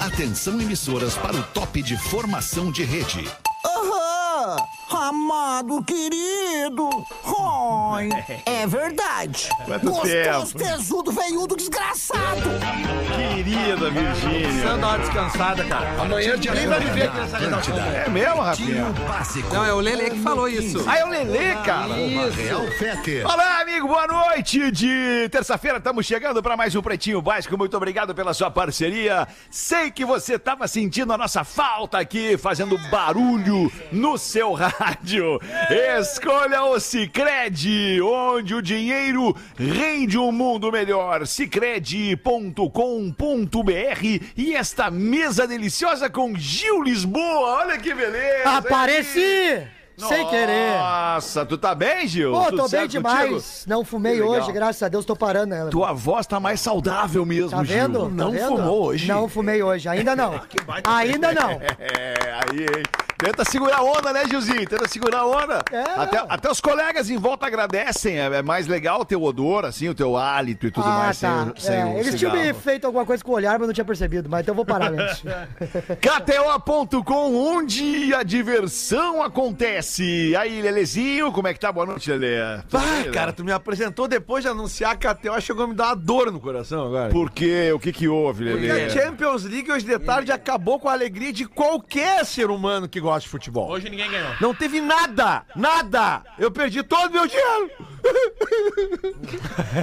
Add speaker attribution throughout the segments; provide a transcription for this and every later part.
Speaker 1: Atenção emissoras para o top de formação de rede.
Speaker 2: Aham! Amado querido! Oi! É verdade!
Speaker 3: Quanto
Speaker 2: Gostoso,
Speaker 3: tempo.
Speaker 2: tesudo, veiudo, desgraçado!
Speaker 3: Querida Virgínia.
Speaker 4: Dando uma descansada, cara.
Speaker 5: Amanhã de
Speaker 4: Quem vai viver aqui nessa redação?
Speaker 3: É mesmo, Rafinha?
Speaker 1: Básico.
Speaker 4: Não, é o Lele que falou isso.
Speaker 3: Ah, é o Lelê, cara.
Speaker 5: Real Fete.
Speaker 3: Olá, amigo, boa noite de terça-feira. Estamos chegando para mais um Pretinho Básico. Muito obrigado pela sua parceria. Sei que você estava sentindo a nossa falta aqui, fazendo barulho no seu rádio. Escolha o Cicred, onde o dinheiro rende um mundo melhor. Cicred.com.br e esta mesa deliciosa com Gil Lisboa. Olha que beleza! hein?
Speaker 6: Apareci! Sem querer.
Speaker 3: Nossa, tu tá bem, Gil?
Speaker 6: Pô,
Speaker 3: Tudo
Speaker 6: tô bem
Speaker 3: certo
Speaker 6: demais.
Speaker 3: contigo?
Speaker 6: Não fumei
Speaker 3: Que legal.
Speaker 6: hoje, graças a Deus, tô parando ela.
Speaker 3: Tua voz tá mais saudável mesmo,
Speaker 6: Tá
Speaker 3: Gil.
Speaker 6: vendo? Tá
Speaker 5: não
Speaker 6: vendo?
Speaker 5: fumou hoje?
Speaker 6: Não fumei hoje, ainda não. ainda não.
Speaker 3: É, aí, hein? Tenta segurar a onda, né, Gilzinho? Tenta segurar a onda.
Speaker 6: É,
Speaker 3: até,
Speaker 6: não.
Speaker 3: até os colegas em volta agradecem. É, é mais legal o teu odor, assim, o teu hálito e tudo mais. sem o- Sem,
Speaker 6: É,
Speaker 3: o
Speaker 6: eles tinham
Speaker 3: cigarro.
Speaker 6: me feito alguma coisa com o olhar, mas eu não tinha percebido. Mas então eu vou parar mesmo.
Speaker 3: KTO.com, onde a um diversão acontece. Aí, Lelezinho, como é que tá? Boa noite, Lele. Tudo bem,
Speaker 4: Pá,
Speaker 3: Lele?
Speaker 4: Ah, cara, tu me apresentou depois de anunciar a KTO, chegou a me dar uma dor no coração agora.
Speaker 3: Por quê? O que que houve,
Speaker 4: Porque
Speaker 3: Lele?
Speaker 4: a Champions League hoje de tarde
Speaker 7: Hum.
Speaker 4: acabou com a alegria de qualquer ser humano que gosta de futebol. Hoje ninguém ganhou. Não teve nada, nada. Eu perdi todo o meu dinheiro.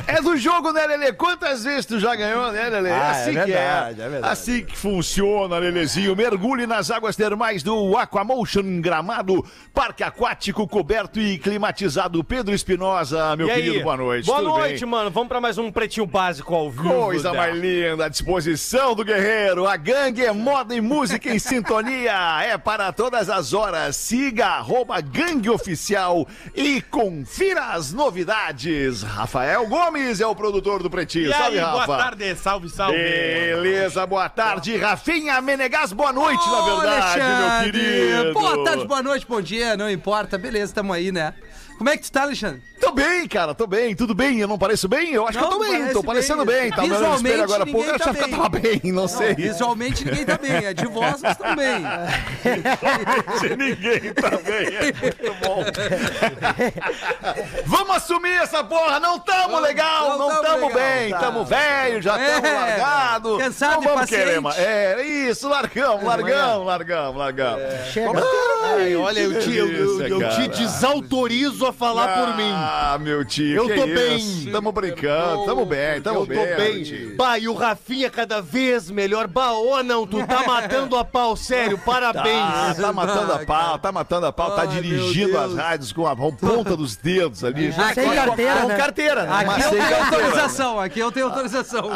Speaker 3: É do jogo, né, Lelê? Quantas vezes tu já ganhou, né, Lelê?
Speaker 4: Ah,
Speaker 3: assim
Speaker 4: é
Speaker 3: que
Speaker 4: verdade,
Speaker 3: é.
Speaker 4: é verdade.
Speaker 3: Assim que funciona, Lelezinho. Mergulhe nas águas termais do Aquamotion Gramado, parque aquático coberto e climatizado. Pedro Espinosa, meu
Speaker 8: E aí?
Speaker 3: querido, boa noite.
Speaker 8: Boa
Speaker 3: Tudo
Speaker 8: noite,
Speaker 3: bem?
Speaker 8: mano. Vamos pra mais um Pretinho Básico ao vivo.
Speaker 3: Coisa
Speaker 8: né?
Speaker 3: mais linda, à disposição do guerreiro. A gangue é moda e música em sintonia. É para todas as horas. Siga arroba gangue oficial e confira as novidades. Rafael Gomes é o produtor do Pretinho.
Speaker 7: E
Speaker 3: Salve,
Speaker 7: aí,
Speaker 3: Rafa.
Speaker 7: boa tarde, salve, salve.
Speaker 3: Beleza, boa tarde, Rafinha Menegas, boa noite, na verdade, meu querido.
Speaker 9: Boa tarde, tá boa noite, bom dia, não importa. Beleza, tamo aí, né? Como é que tu tá, Alexandre?
Speaker 3: Tô bem, cara, tô bem, tudo bem, eu não pareço bem? Eu acho
Speaker 9: Não,
Speaker 3: que eu tô bem,
Speaker 9: parece
Speaker 3: tô parecendo bem,
Speaker 9: bem.
Speaker 3: tá vendo no espelho
Speaker 9: Visualmente,
Speaker 3: agora há pouco, eu
Speaker 9: ninguém tá
Speaker 3: achava que eu
Speaker 9: bem.
Speaker 3: tava bem, não, sei.
Speaker 9: Visualmente ninguém tá bem, é de voz, mas tamo bem.
Speaker 6: É.
Speaker 3: Se ninguém tá bem, é muito bom. Vamos assumir essa porra, não tamo legal,
Speaker 9: não
Speaker 3: não,
Speaker 9: tamo
Speaker 3: tamo
Speaker 9: legal,
Speaker 3: bem,
Speaker 9: tá.
Speaker 3: tamo velho, já
Speaker 9: É,
Speaker 3: tamo largado.
Speaker 9: cansado
Speaker 3: não
Speaker 9: e
Speaker 3: vamos
Speaker 9: paciente.
Speaker 3: querer, mais. É, isso, largamos, largamos, largamos, largamos.
Speaker 9: É.
Speaker 6: Chega.
Speaker 3: Ai,
Speaker 5: Olha, eu te, eu, eu- eu
Speaker 3: delícia,
Speaker 5: te
Speaker 3: cara.
Speaker 5: desautorizo a falar por mim.
Speaker 3: Ah, meu tio.
Speaker 5: Eu
Speaker 3: que
Speaker 5: tô
Speaker 3: isso?
Speaker 5: bem.
Speaker 3: Tamo brincando, tamo bem, tamo
Speaker 5: Eu tô
Speaker 3: bem. meu
Speaker 5: bem.
Speaker 3: tio.
Speaker 5: Bah, e o Rafinha é cada vez melhor. Bah, ô não, tu tá matando a pau, sério,
Speaker 3: Ah,
Speaker 5: parabéns.
Speaker 3: tá matando a pau, tá matando a pau, tá
Speaker 9: Ai, meu
Speaker 3: dirigindo as
Speaker 9: Deus.
Speaker 3: rádios com a mão ponta dos dedos ali. Ah, já.
Speaker 6: Sem carteira, né?
Speaker 4: Carteira, né?
Speaker 9: Aqui é um eu
Speaker 3: sem
Speaker 9: tenho
Speaker 3: carteira.
Speaker 9: autorização, aqui eu tenho autorização.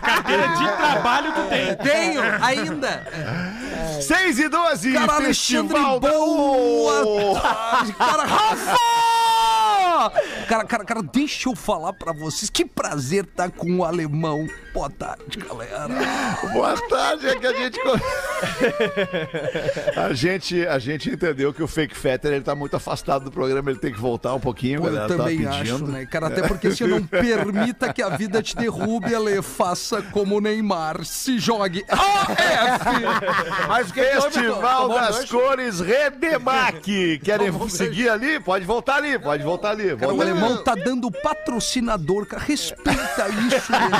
Speaker 7: Carteira de trabalho tu tem.
Speaker 9: Tenho ainda.
Speaker 3: 6 e 12,
Speaker 9: Cara, Alexandre,
Speaker 3: Festival da
Speaker 9: boa tarde, cara. Rafa! Cara, cara, cara, deixa eu falar pra vocês. Que prazer tá com o alemão. Boa tarde, galera.
Speaker 3: Boa tarde, é que a gente... co- a gente... A gente entendeu que o Fake Fetter, ele tá muito afastado do programa, ele tem que voltar um pouquinho,
Speaker 9: Pô,
Speaker 3: galera,
Speaker 9: eu
Speaker 3: tá
Speaker 9: também
Speaker 3: pedindo.
Speaker 9: acho, né, cara? Até porque se não permita que a vida te derrube, Ale, faça como o Neymar, se jogue. AF!
Speaker 4: Mas o que que houve,
Speaker 3: Festival
Speaker 4: Tomou
Speaker 3: das
Speaker 4: dois?
Speaker 3: Cores Redemac. Querem seguir ali? Pode voltar ali, pode voltar ali.
Speaker 9: Cara, o
Speaker 3: volta ali.
Speaker 9: alemão tá dando patrocinador, cara. Respeita isso, né?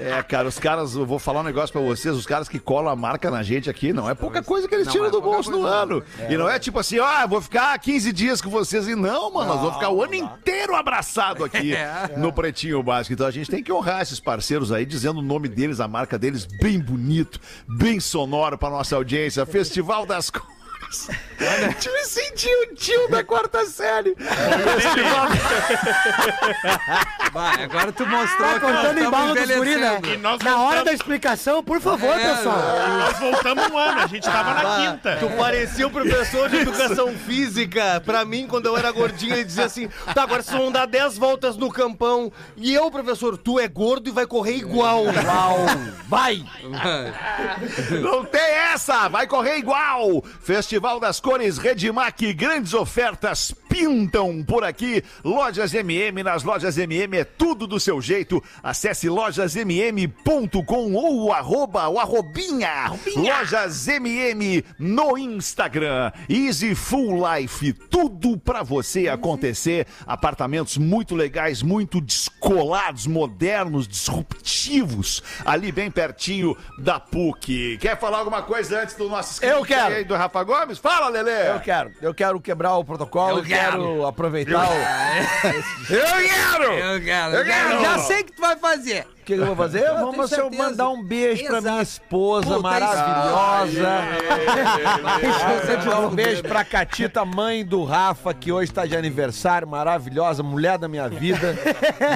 Speaker 3: É, cara, os caras, eu vou falar um negócio pra vocês, os caras que colam a marca na gente aqui, não é pouca coisa que eles tiram do bolso no ano. E não é tipo assim, ó, vou ficar 15 dias com vocês e não, É. mano, nós vamos ficar o ano inteiro abraçado aqui no Pretinho Básico. Então a gente tem que honrar esses parceiros aí, dizendo o nome deles, a marca deles, bem bonito, bem sonoro pra nossa audiência. Festival das Cores. Eu me senti o tio da quarta série.
Speaker 9: Vai, agora tu mostrou
Speaker 6: Tá contando em
Speaker 9: tamo
Speaker 6: bala dos guri, né?
Speaker 7: E nós
Speaker 6: Na hora
Speaker 7: voltamos-
Speaker 6: da explicação, por favor,
Speaker 9: É,
Speaker 6: pessoal.
Speaker 7: E nós voltamos um ano, a gente tava na quinta.
Speaker 5: Tu parecia o professor de educação física. Pra mim, quando eu era gordinho, ele dizia assim: tá, agora vocês vão dar 10 voltas no campão. E eu, professor, tu é gordo e vai correr igual. Uau! Vai!
Speaker 3: Não tem essa! Vai correr igual! Festival das Cores Redmac, grandes ofertas pintam por aqui. Lojas MM, nas lojas MM é tudo do seu jeito. Acesse lojasmm.com ou o arroba, o arrobinha. Lojas MM no Instagram. Easy Full Life, tudo pra você acontecer. Apartamentos muito legais, muito descolados, modernos, disruptivos, ali bem pertinho da PUC. Quer falar alguma coisa antes do nosso script
Speaker 4: Eu quero.
Speaker 3: aí do Rafa Gomes? Fala, Lelê!
Speaker 4: Eu quero, eu quero quebrar o protocolo, eu quero aproveitar o.
Speaker 9: Eu quero,
Speaker 4: eu quero.
Speaker 9: Já sei o que tu vai fazer.
Speaker 4: O que, que eu vou fazer? Eu vou
Speaker 9: tenho
Speaker 4: mas eu
Speaker 9: certeza.
Speaker 4: mandar um beijo pra minha esposa
Speaker 9: Puta,
Speaker 4: maravilhosa.
Speaker 9: Você
Speaker 4: é,
Speaker 9: te
Speaker 4: um beijo pra Catita, mãe do Rafa, que hoje tá de aniversário, maravilhosa, mulher da minha vida,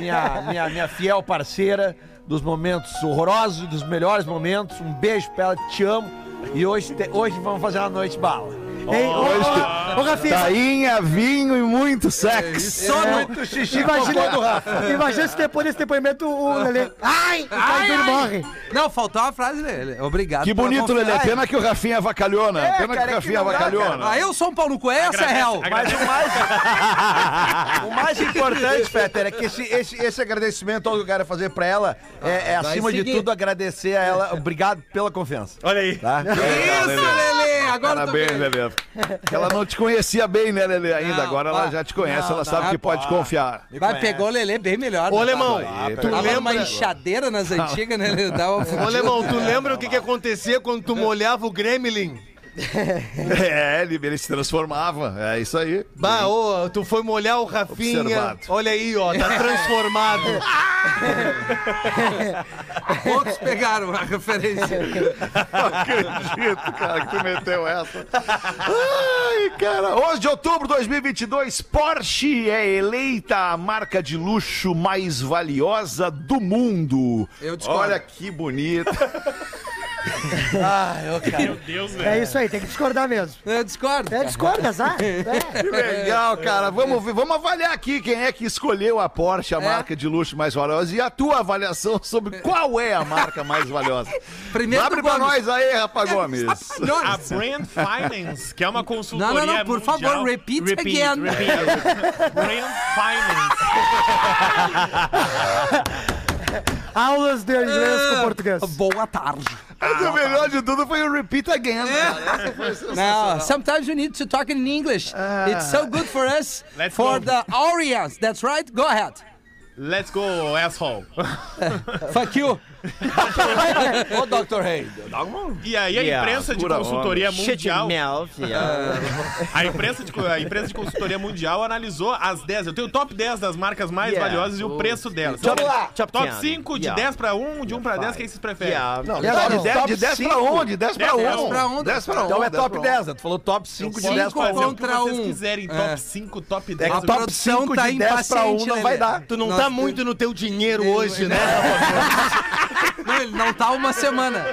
Speaker 4: minha, minha, minha fiel parceira dos momentos horrorosos e dos melhores momentos. Um beijo pra ela, te amo. E hoje, te- hoje vamos fazer uma noite bala.
Speaker 6: Hein? Ô, ô, ô, Rafinha,
Speaker 3: Tainha, vinho e muito sexo.
Speaker 6: só
Speaker 9: É.
Speaker 6: não-
Speaker 4: Tá Muito xixi
Speaker 6: imagina,
Speaker 4: cocô do Rafa.
Speaker 6: imagina se depois desse depoimento o Lelê. Ai! O pai dele morre.
Speaker 9: Não, faltou uma frase, Lelê. Obrigado.
Speaker 3: Que
Speaker 9: pela
Speaker 3: bonito,
Speaker 9: confiança.
Speaker 3: Lelê. Pena que o Rafinha avacalhou, né? Pena que o Rafinha avacalhou, né?
Speaker 9: Ah, eu sou um Paulo Coelho, essa é real.
Speaker 4: Mas o mais, o mais importante, Fetter, é que esse, esse, esse agradecimento todo que eu quero fazer pra ela é, é,
Speaker 9: vai
Speaker 4: acima de
Speaker 9: seguir.
Speaker 4: tudo, agradecer a ela. Obrigado pela confiança.
Speaker 8: Olha aí.
Speaker 4: Tá?
Speaker 3: É,
Speaker 9: Isso, Lelê. Agora eu tô
Speaker 3: Parabéns,
Speaker 9: vendo.
Speaker 3: né, Lelê. Porque Ela não te conhecia bem, né, Lelê, ainda.
Speaker 9: Não,
Speaker 3: Agora
Speaker 9: pá.
Speaker 3: ela já te conhece,
Speaker 9: Não,
Speaker 3: ela
Speaker 9: não, tá
Speaker 3: sabe que pode confiar.
Speaker 9: Vai, pegou o Lelê bem melhor.
Speaker 5: Ô,
Speaker 9: né,
Speaker 5: Alemão,
Speaker 9: Paulo?
Speaker 5: tu
Speaker 9: Tava
Speaker 5: lembra...
Speaker 9: uma enxadeira nas antigas, né? Lelê? Dava uma
Speaker 5: Ô, Alemão, tu lembra o que, que acontecia quando tu molhava o gremlin?
Speaker 3: É, ele, ele se transformava. É isso aí.
Speaker 5: Bah, ô, tu foi molhar o Rafinha.
Speaker 3: Observado.
Speaker 5: Olha aí, ó, tá transformado.
Speaker 9: Poucos pegaram a referência.
Speaker 3: Não acredito, cara, que tu meteu essa. Ai, cara. 11 de outubro de 2022, Porsche é eleita a marca de luxo mais valiosa do mundo.
Speaker 9: Eu discordo.
Speaker 3: Olha que bonito.
Speaker 7: Meu Deus,
Speaker 6: É
Speaker 7: velho.
Speaker 6: isso aí, tem que discordar mesmo.
Speaker 9: Eu discordo.
Speaker 6: É
Speaker 9: cara.
Speaker 6: discorda, azar. É.
Speaker 3: Que legal, cara. Vamos, ver- vamos avaliar aqui quem é que escolheu a Porsche, a
Speaker 9: É?
Speaker 3: marca de luxo mais valiosa, e a tua avaliação sobre qual é a marca mais valiosa.
Speaker 9: Primeiro
Speaker 3: Abre
Speaker 9: do
Speaker 3: pra
Speaker 9: Gomes.
Speaker 3: nós aí, Rafa Gomes.
Speaker 7: A
Speaker 9: Nós.
Speaker 7: Brand Finance, que é uma consultoria
Speaker 9: Não, não, não, por
Speaker 7: mundial.
Speaker 9: favor, repeat again.
Speaker 7: Brand Finance.
Speaker 6: Aulas de inglês com português.
Speaker 9: Boa tarde.
Speaker 3: Mas o melhor de tudo foi o repeat
Speaker 9: É.
Speaker 3: again. né? cara. Essa foi sensacional.
Speaker 9: Now, sometimes you need to talk in English. It's so good for us,
Speaker 7: Let's
Speaker 9: for
Speaker 7: go.
Speaker 9: the audience. That's right. Go ahead.
Speaker 7: Let's go, asshole.
Speaker 9: Fuck you.
Speaker 4: Ô, Dr. Hay.
Speaker 7: E aí a
Speaker 5: Yeah,
Speaker 7: imprensa de
Speaker 3: pura
Speaker 7: consultoria mundial... Ah,
Speaker 5: mouth,
Speaker 7: A imprensa, de, a imprensa de consultoria mundial analisou as 10. Eu tenho o top 10 das marcas mais
Speaker 5: Yeah.
Speaker 7: valiosas e o preço delas.
Speaker 5: Top-
Speaker 7: Então,
Speaker 5: lá. Top
Speaker 7: Top
Speaker 5: 10.
Speaker 7: 5, de
Speaker 5: Yeah.
Speaker 7: 10 pra 1, de 1 pra 10, quem vocês preferem?
Speaker 6: É
Speaker 5: Não,
Speaker 3: de 10, de 10 pra onde? 10 pra
Speaker 7: 10
Speaker 3: onde?
Speaker 9: pra um. onde?
Speaker 3: 10 pra onde?
Speaker 4: Então é
Speaker 3: 10
Speaker 4: top
Speaker 3: pra
Speaker 4: 10, né? Tu falou top 5 de
Speaker 9: Cinco
Speaker 4: 10 pra 1.
Speaker 7: fazer o que
Speaker 9: contra
Speaker 7: vocês
Speaker 9: um.
Speaker 7: quiserem. Top
Speaker 9: É.
Speaker 7: 5, top
Speaker 4: É
Speaker 7: 10.
Speaker 4: que
Speaker 9: A
Speaker 4: top
Speaker 9: produção
Speaker 4: 5
Speaker 9: tá
Speaker 4: de 10 pra 1
Speaker 9: impaciente,
Speaker 4: não
Speaker 9: Lelê.
Speaker 4: vai dar.
Speaker 5: Tu não
Speaker 9: Nossa,
Speaker 5: tá muito no teu dinheiro
Speaker 9: Ele-
Speaker 5: hoje, né?
Speaker 9: Não, ele não tá uma semana.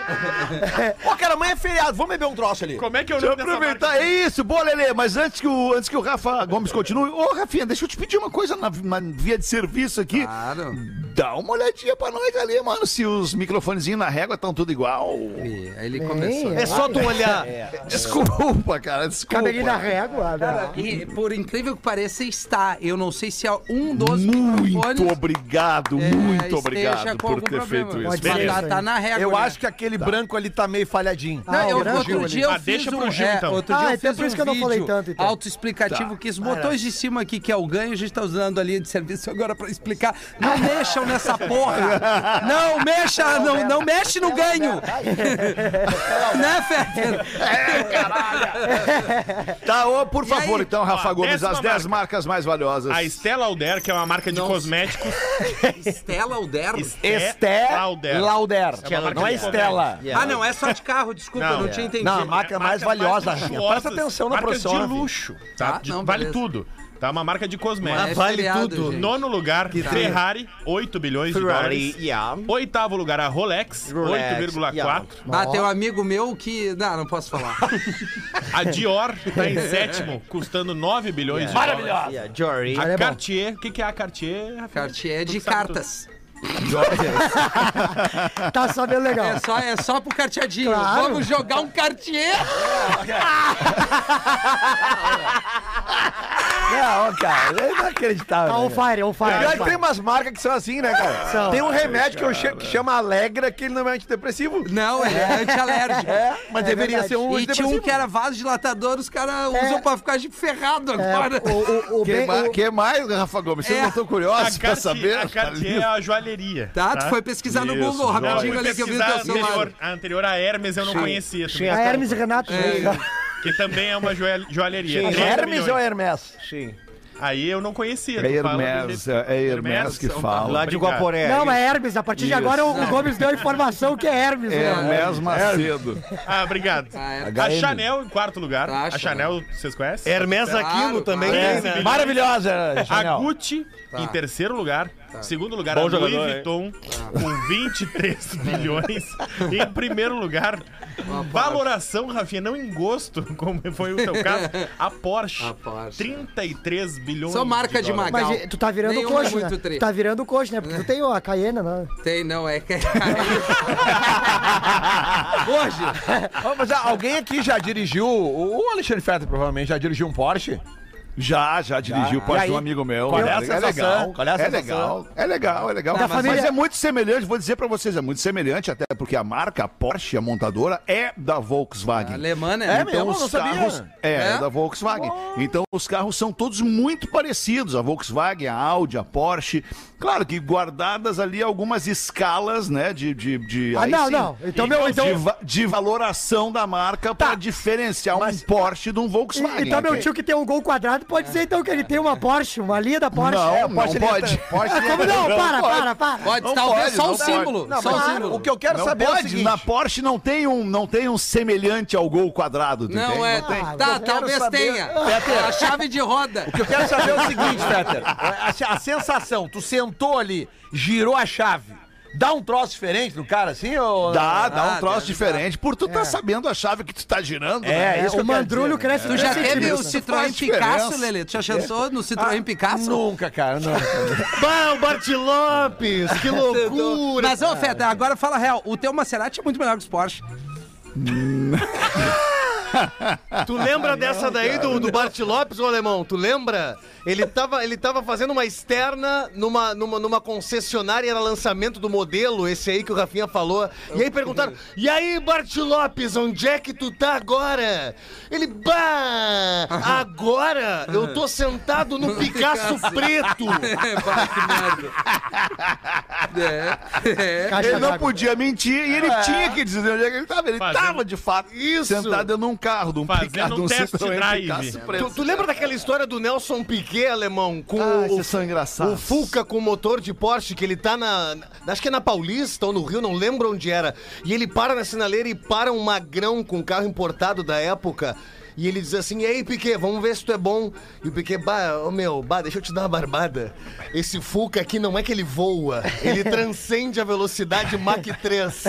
Speaker 4: Ô, cara, amanhã é feriado, vamos beber um troço ali.
Speaker 7: Como é que eu
Speaker 3: Deixa eu
Speaker 7: lembro dessa marca?
Speaker 3: aproveitar. É isso, boa, Lelê. Mas antes que o, antes que o Rafa Gomes continue, ô, Rafinha, deixa eu te pedir uma coisa na, na via de serviço aqui.
Speaker 9: Claro.
Speaker 3: Dá uma olhadinha pra nós ali, mano, se os microfonezinhos na régua estão tudo igual.
Speaker 9: Aí ele começou.
Speaker 5: É só tu olhar.
Speaker 3: Desculpa, cara, desculpa.
Speaker 6: Cabelinho na régua. né?
Speaker 9: E por incrível que pareça, está. Eu não sei se é um dos
Speaker 3: Muito
Speaker 9: microfones,
Speaker 3: obrigado,
Speaker 9: é,
Speaker 3: muito
Speaker 9: esteja
Speaker 3: obrigado
Speaker 9: com
Speaker 3: por
Speaker 9: algum
Speaker 3: ter
Speaker 9: problema.
Speaker 3: feito isso.
Speaker 6: Pode
Speaker 9: Mas
Speaker 6: ser
Speaker 7: Beleza.
Speaker 9: tá, tá na régua.
Speaker 4: Eu acho que aquele branco ali tá meio falhadinho.
Speaker 9: Não, eu,
Speaker 6: o Gil
Speaker 9: outro
Speaker 6: ali.
Speaker 9: dia eu
Speaker 7: Ah,
Speaker 9: fiz
Speaker 7: deixa
Speaker 9: um,
Speaker 7: pro Gil,
Speaker 9: é,
Speaker 7: então.
Speaker 9: outro dia
Speaker 6: Ah,
Speaker 9: eu
Speaker 6: então
Speaker 9: fiz
Speaker 6: por isso
Speaker 9: um
Speaker 6: que eu não
Speaker 9: vídeo
Speaker 6: falei tanto, então.
Speaker 9: autoexplicativo que os botões de cima aqui, que é o ganho, a gente tá usando ali de serviço agora pra explicar. Não mexam nessa porra! Não mexa, não, não mexe no ganho! né, Fer?
Speaker 6: É.
Speaker 3: Tá, ô, por favor,
Speaker 9: aí?
Speaker 3: então, Rafa
Speaker 7: Ó,
Speaker 3: Gomes,
Speaker 7: décima
Speaker 3: as 10
Speaker 7: marca.
Speaker 3: marcas mais valiosas.
Speaker 7: A Stella Alder, que é uma marca de cosméticos.
Speaker 9: Estela Alder?
Speaker 4: Esté
Speaker 7: É Lauder.
Speaker 4: Lauder.
Speaker 7: É uma marca
Speaker 4: Não é
Speaker 7: de
Speaker 4: Estela.
Speaker 5: Yeah.
Speaker 9: Ah, não, é só de carro, desculpa,
Speaker 7: Não,
Speaker 9: eu não
Speaker 7: é.
Speaker 9: tinha entendido.
Speaker 4: Não, a marca mais valiosa. Rafinha. Presta atenção na
Speaker 7: marcas
Speaker 4: profissão.
Speaker 7: de
Speaker 4: Rafinha.
Speaker 7: luxo. Tá?
Speaker 9: Tá,
Speaker 7: De-
Speaker 9: não,
Speaker 7: vale
Speaker 9: beleza.
Speaker 7: tudo. Tá uma marca de
Speaker 9: É
Speaker 7: cosméticos.
Speaker 5: vale
Speaker 9: feriado,
Speaker 5: tudo.
Speaker 9: gente.
Speaker 7: Nono lugar, Ferrari, 8 bilhões de dólares.
Speaker 5: yeah.
Speaker 7: Oitavo lugar, a Rolex,
Speaker 5: Rolex,
Speaker 7: 8,4.
Speaker 5: yeah.
Speaker 9: Ah, tem um amigo meu que. Não, não posso falar.
Speaker 7: A Dior tá em sétimo, custando 9 bilhões de dólares.
Speaker 5: Yeah, Jory.
Speaker 4: é
Speaker 7: A Cartier, o que, que é a Cartier? Rafinha?
Speaker 9: Cartier é de
Speaker 7: Tu sabe
Speaker 9: cartas.
Speaker 6: Tá sabendo legal.
Speaker 9: É só, é só pro carteadinho.
Speaker 6: Claro.
Speaker 9: Vamos jogar um cartier.
Speaker 4: Não, cara, é inacreditável.
Speaker 6: Tá on
Speaker 4: né,
Speaker 6: fire, on fire.
Speaker 4: cara? Pior
Speaker 6: on
Speaker 4: que
Speaker 6: fire.
Speaker 4: tem umas marcas que são assim, né, cara?
Speaker 6: São.
Speaker 4: Tem um remédio que, eu che- que chama Alegra, que ele não é antidepressivo.
Speaker 9: Não, ele é antialérgico.
Speaker 4: É, mas deveria
Speaker 6: verdade.
Speaker 4: ser um
Speaker 9: E tinha um
Speaker 4: antidepressivo.
Speaker 9: que era vasodilatador, os caras usam pra ficar de ferrado
Speaker 6: É,
Speaker 9: agora.
Speaker 6: o, o, o
Speaker 3: Que,
Speaker 6: bem,
Speaker 3: ma-
Speaker 6: o-
Speaker 3: que mais, Rafa Gomes? Vocês
Speaker 9: É.
Speaker 3: não estão curiosos pra saber?
Speaker 7: a Cartier é a joalheria.
Speaker 9: Tá, tu foi pesquisar no
Speaker 3: Isso,
Speaker 9: Google
Speaker 7: Não, eu
Speaker 9: rapidinho
Speaker 7: fui
Speaker 9: ali que eu vi no
Speaker 7: pesquisar
Speaker 9: teu
Speaker 7: a anterior,
Speaker 9: celular.
Speaker 7: a anterior a Hermes eu não conhecia. também.
Speaker 6: a Hermes e Renato.
Speaker 9: É,
Speaker 7: Que também é uma joel- joalheria.
Speaker 5: Sim.
Speaker 7: Três
Speaker 4: Hermes
Speaker 7: milhões.
Speaker 4: ou Hermes?
Speaker 5: Sim.
Speaker 7: Aí eu não conhecia.
Speaker 3: É
Speaker 7: tu fala
Speaker 3: Hermes,
Speaker 7: do jeito-
Speaker 3: é Hermes que
Speaker 7: então tá.
Speaker 3: fala.
Speaker 5: Lá de
Speaker 7: Obrigado.
Speaker 5: Guaporé.
Speaker 6: Não, mas é Hermes. A partir de agora o, o Gomes deu a informação que é Hermes.
Speaker 3: É
Speaker 6: né?
Speaker 3: Hermes Macedo.
Speaker 7: Ah, obrigado.
Speaker 9: Ah, é.
Speaker 7: A Chanel em quarto lugar.
Speaker 9: Tá,
Speaker 7: a Chanel, vocês conhecem?
Speaker 5: Hermes
Speaker 9: Ah, é Claro,
Speaker 5: Aquino também
Speaker 9: claro. É.
Speaker 5: tem, né?
Speaker 4: É. Maravilhosa,
Speaker 7: A
Speaker 4: Chanel.
Speaker 7: Gucci
Speaker 9: Tá.
Speaker 7: em terceiro lugar. Segundo lugar,
Speaker 5: Bom
Speaker 7: a Louis
Speaker 5: jogador, hein?
Speaker 7: Vuitton
Speaker 9: Tá.
Speaker 7: com 23 bilhões. em primeiro lugar, valoração, Rafinha, não em gosto, como foi o teu caso, a Porsche.
Speaker 9: A Porsche.
Speaker 7: 33 bilhões.
Speaker 9: Só marca de
Speaker 7: dólares.
Speaker 6: Mas
Speaker 9: magal.
Speaker 6: e- tu tá virando
Speaker 9: Nenhuma é
Speaker 6: coxa,
Speaker 9: muito
Speaker 6: né?
Speaker 9: tri.
Speaker 6: Tu tá virando coxa, né? Porque tu tem ó, a Cayena, né?
Speaker 9: Tem, não, é que é Hoje,
Speaker 4: Ó, Mas ah, alguém aqui já dirigiu, o o Alexandre Feta provavelmente já dirigiu um Porsche.
Speaker 3: Já, já dirigiu o
Speaker 4: E
Speaker 3: Porsche
Speaker 4: aí?
Speaker 3: de um amigo meu.
Speaker 4: Qual é a
Speaker 3: é
Speaker 4: sensação?
Speaker 3: legal.
Speaker 4: Qual é a
Speaker 3: é
Speaker 4: sensação?
Speaker 3: legal. É legal, é legal.
Speaker 6: Da
Speaker 3: mas,
Speaker 6: Tá, família-
Speaker 3: é muito semelhante, vou dizer pra vocês, é muito semelhante, até porque a marca, a Porsche, a montadora, é da
Speaker 6: Ah,
Speaker 3: Volkswagen.
Speaker 9: alemã, né?
Speaker 4: É,
Speaker 3: Então
Speaker 4: mesmo? Não
Speaker 3: os
Speaker 4: sabia.
Speaker 3: carros é,
Speaker 9: É?
Speaker 3: é da Volkswagen. Então os carros são todos muito parecidos, a Volkswagen, a Audi, a Porsche. Claro que guardadas ali algumas escalas, né, de de, de
Speaker 6: Ah,
Speaker 3: aí
Speaker 6: não,
Speaker 3: sim,
Speaker 6: não. Então, meu, então. Tá.
Speaker 3: de, va- de valoração da marca pra diferenciar um Porsche de um Volkswagen.
Speaker 6: Então, meu
Speaker 3: ok?
Speaker 6: tio que tem um gol quadrado pode dizer então que ele tem uma Porsche, uma linha da Porsche.
Speaker 3: Não,
Speaker 6: É,
Speaker 3: não
Speaker 6: Porsche ele-
Speaker 3: pode. Porsche
Speaker 6: Ah, como não? Para, para, para.
Speaker 9: Pode,
Speaker 3: Não
Speaker 9: talvez
Speaker 3: pode,
Speaker 9: só
Speaker 3: não
Speaker 9: o
Speaker 3: pode.
Speaker 9: símbolo.
Speaker 4: Não,
Speaker 9: só
Speaker 4: mas
Speaker 9: o símbolo.
Speaker 4: o que eu quero
Speaker 3: Não
Speaker 4: saber é o
Speaker 3: pode,
Speaker 4: seguinte.
Speaker 3: na Porsche não tem um, não tem um semelhante ao gol quadrado, tu
Speaker 9: Não
Speaker 3: entende?
Speaker 9: é.
Speaker 3: tem.
Speaker 9: tá,
Speaker 4: quero
Speaker 9: talvez
Speaker 4: saber-
Speaker 9: tenha. A chave de roda.
Speaker 4: O que eu quero saber é o seguinte, Peter. A, a sensação, tu sentou ali, girou a chave. Dá um troço diferente no cara assim? Ou...
Speaker 3: Dá, dá
Speaker 9: Ah, é.
Speaker 3: um troço
Speaker 9: deve
Speaker 3: diferente, por tu tá sabendo a chave que tu tá girando, né?
Speaker 4: É, isso que
Speaker 6: o
Speaker 4: eu quero
Speaker 6: mandrulho
Speaker 4: dizer, né?
Speaker 6: cresce
Speaker 9: Tu já
Speaker 6: cresce
Speaker 9: teve o
Speaker 6: cresce.
Speaker 9: Citroën
Speaker 3: faz diferença.
Speaker 9: Picasso, Lelê? Tu já chantou Ah, no Citroën Picasso?
Speaker 4: Nunca, cara, nunca.
Speaker 5: Bah, o Bart Lopes, que loucura.
Speaker 9: Mas, ô, Feta, agora fala a real. O teu Maserati é muito melhor que o Porsche.
Speaker 5: Tu lembra dessa daí do, do Bart Lopes, o alemão? Tu lembra? Ele tava, ele tava fazendo uma externa numa, numa, numa concessionária, era lançamento do modelo, esse aí que o Rafinha falou. E aí perguntaram: E aí, Bart Lopes, onde é que tu tá agora? Ele, bah! Agora eu tô sentado no Picasso Preto!
Speaker 9: Bah, É, que merda. É, é.
Speaker 6: Caixa
Speaker 3: Ele não
Speaker 6: d'água.
Speaker 3: podia mentir e ele tinha que dizer onde é que ele tava. Ele
Speaker 7: Fazendo-
Speaker 3: tava, de fato, sentado num carro, de um
Speaker 7: Fazendo
Speaker 3: Picasso, de
Speaker 7: um test
Speaker 3: Citroën
Speaker 7: drive.
Speaker 3: Picasso preto.
Speaker 5: Tu, tu lembra daquela história do Nelson Piquet, alemão, com
Speaker 3: Ah,
Speaker 5: o,
Speaker 3: esses são
Speaker 6: é
Speaker 3: engraçados.
Speaker 5: o Fuca com o motor de Porsche, que ele tá na. na- Acho que é na Paulista ou no Rio, não lembro onde era. E ele para na sinaleira e para um magrão com um carro importado da época. E ele diz assim, e aí, Piquet, vamos ver se tu é bom. E o Piquet, bah, ô meu, bah, deixa eu te dar uma barbada. Esse Fuca aqui não é que ele voa, ele transcende a velocidade Mach 3.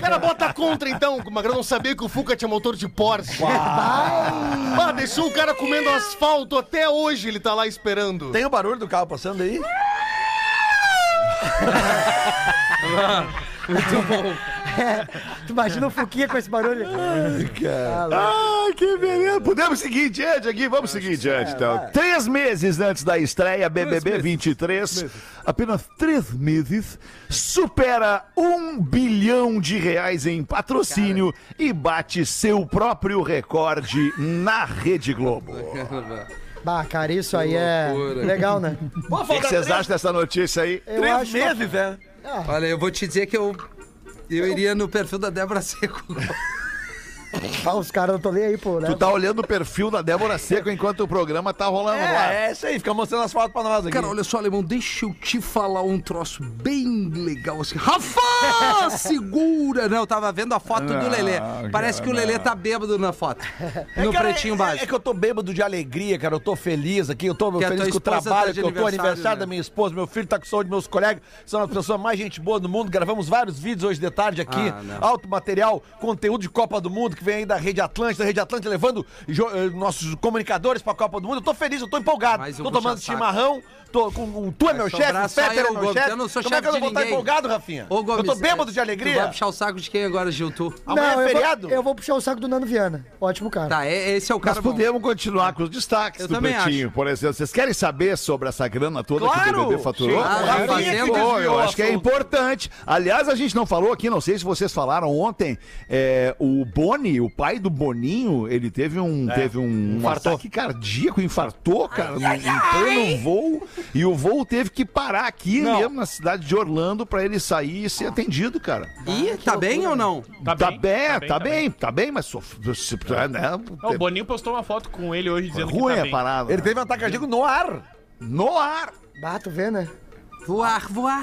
Speaker 5: Cara, bota contra então, que o Magrão não sabia que o Fuca tinha motor de Porsche. Ah, deixou o cara comendo asfalto até hoje, ele tá lá esperando.
Speaker 4: Tem o barulho do carro passando aí?
Speaker 6: Tu imagina o Fuquinha com esse barulho?
Speaker 3: Ah, que beleza. Podemos seguir diante aqui? Vamos seguir diante, então. Três meses antes da estreia, BBB 23, apenas três meses, supera um bilhão de reais em patrocínio e bate seu próprio recorde na Rede Globo.
Speaker 6: Bah, cara, isso aí é
Speaker 9: loucura.
Speaker 6: legal, né?
Speaker 3: O que que vocês acham dessa notícia aí?
Speaker 6: Eu acho uma-
Speaker 4: é.
Speaker 9: Olha, eu vou te dizer que eu... Eu iria no perfil da Débora Seco.
Speaker 6: Ah, os caras não estão nem aí, pô, né?
Speaker 3: Tu tá olhando o perfil da Débora Tá Seco enquanto o programa tá rolando lá.
Speaker 4: É, é isso aí, fica mostrando as fotos pra nós Tá aqui.
Speaker 9: Cara, olha só, alemão, deixa eu te falar um troço bem legal assim. Rafa! Segura! Não, eu tava vendo a foto do Lelê. Parece que o Lelê tá bêbado na foto. No
Speaker 4: Cara,
Speaker 9: pretinho
Speaker 4: é- É
Speaker 9: básico.
Speaker 4: que eu tô bêbado de alegria, cara. Eu tô feliz aqui. Eu tô
Speaker 9: Que a tua
Speaker 4: feliz com o
Speaker 9: esposa tá
Speaker 4: trabalho,
Speaker 9: de
Speaker 4: que eu tô
Speaker 9: aniversário,
Speaker 4: aniversário
Speaker 9: né?
Speaker 4: da minha esposa. Meu filho tá com saúde, meus colegas são as pessoas mais gente boa do mundo. Gravamos vários vídeos hoje de tarde aqui.
Speaker 9: Ah, não.
Speaker 4: alto material, conteúdo de Copa do Mundo que vem aí da Rede Atlântida, Rede Atlântida levando jo- eh, nossos comunicadores pra Copa do Mundo. Eu tô feliz, eu tô empolgado.
Speaker 9: Mais um
Speaker 4: tô tomando
Speaker 9: puxa-saco.
Speaker 4: chimarrão, tô com, com- tu é meu chefe,
Speaker 9: sobrar
Speaker 4: o
Speaker 9: só
Speaker 4: Peter
Speaker 9: eu,
Speaker 4: é meu
Speaker 9: Gomes.
Speaker 4: chefe.
Speaker 9: Eu não sou
Speaker 4: Como é
Speaker 9: chefe
Speaker 4: que eu não
Speaker 9: de
Speaker 4: vou estar
Speaker 9: ninguém.
Speaker 4: empolgado, Rafinha?
Speaker 9: Ô, Gomes, é,
Speaker 4: eu tô bêbado de
Speaker 9: Tu
Speaker 4: alegria.
Speaker 9: vai puxar o saco de quem agora, Gil? Tu? Ah,
Speaker 4: Amanhã é
Speaker 2: eu vou-
Speaker 4: feriado.
Speaker 2: Eu vou puxar o saco do Nano Viana. Ótimo cara.
Speaker 9: Tá, é- esse é o
Speaker 6: Nós
Speaker 9: cara bom.
Speaker 6: podemos continuar com os destaques
Speaker 9: Eu
Speaker 6: do
Speaker 9: também
Speaker 6: Pretinho, por exemplo. Vocês querem saber sobre essa grana toda que o
Speaker 4: Claro!
Speaker 6: BBB faturou?
Speaker 9: Sim, claro.
Speaker 6: Rafinha
Speaker 9: Fazendo
Speaker 6: que falou,
Speaker 4: desviou
Speaker 6: eu
Speaker 4: o
Speaker 6: acho que é
Speaker 4: assunto.
Speaker 6: importante. Aliás, a gente não falou aqui, não sei se vocês falaram ontem, é, o Boni, o pai do Boninho, ele teve um, teve um, um ataque cardíaco, infartou, cara, em pleno voo. E o voo teve que parar aqui mesmo na cidade de Orlando pra ele sair e ser atendido, cara.
Speaker 9: Ih, tá bem ou não?
Speaker 7: Tá
Speaker 6: Tá
Speaker 7: bem,
Speaker 6: bem, tá bem, tá bem, mas... sof- né, é
Speaker 7: Ó, O Boninho postou uma foto com ele hoje dizendo
Speaker 6: Ruim
Speaker 7: que tá
Speaker 6: a
Speaker 7: bem.
Speaker 6: parada.
Speaker 4: Ele teve um ataque cardíaco no ar.
Speaker 6: No ar!
Speaker 2: Bato, vê, né?
Speaker 9: Voar, voar.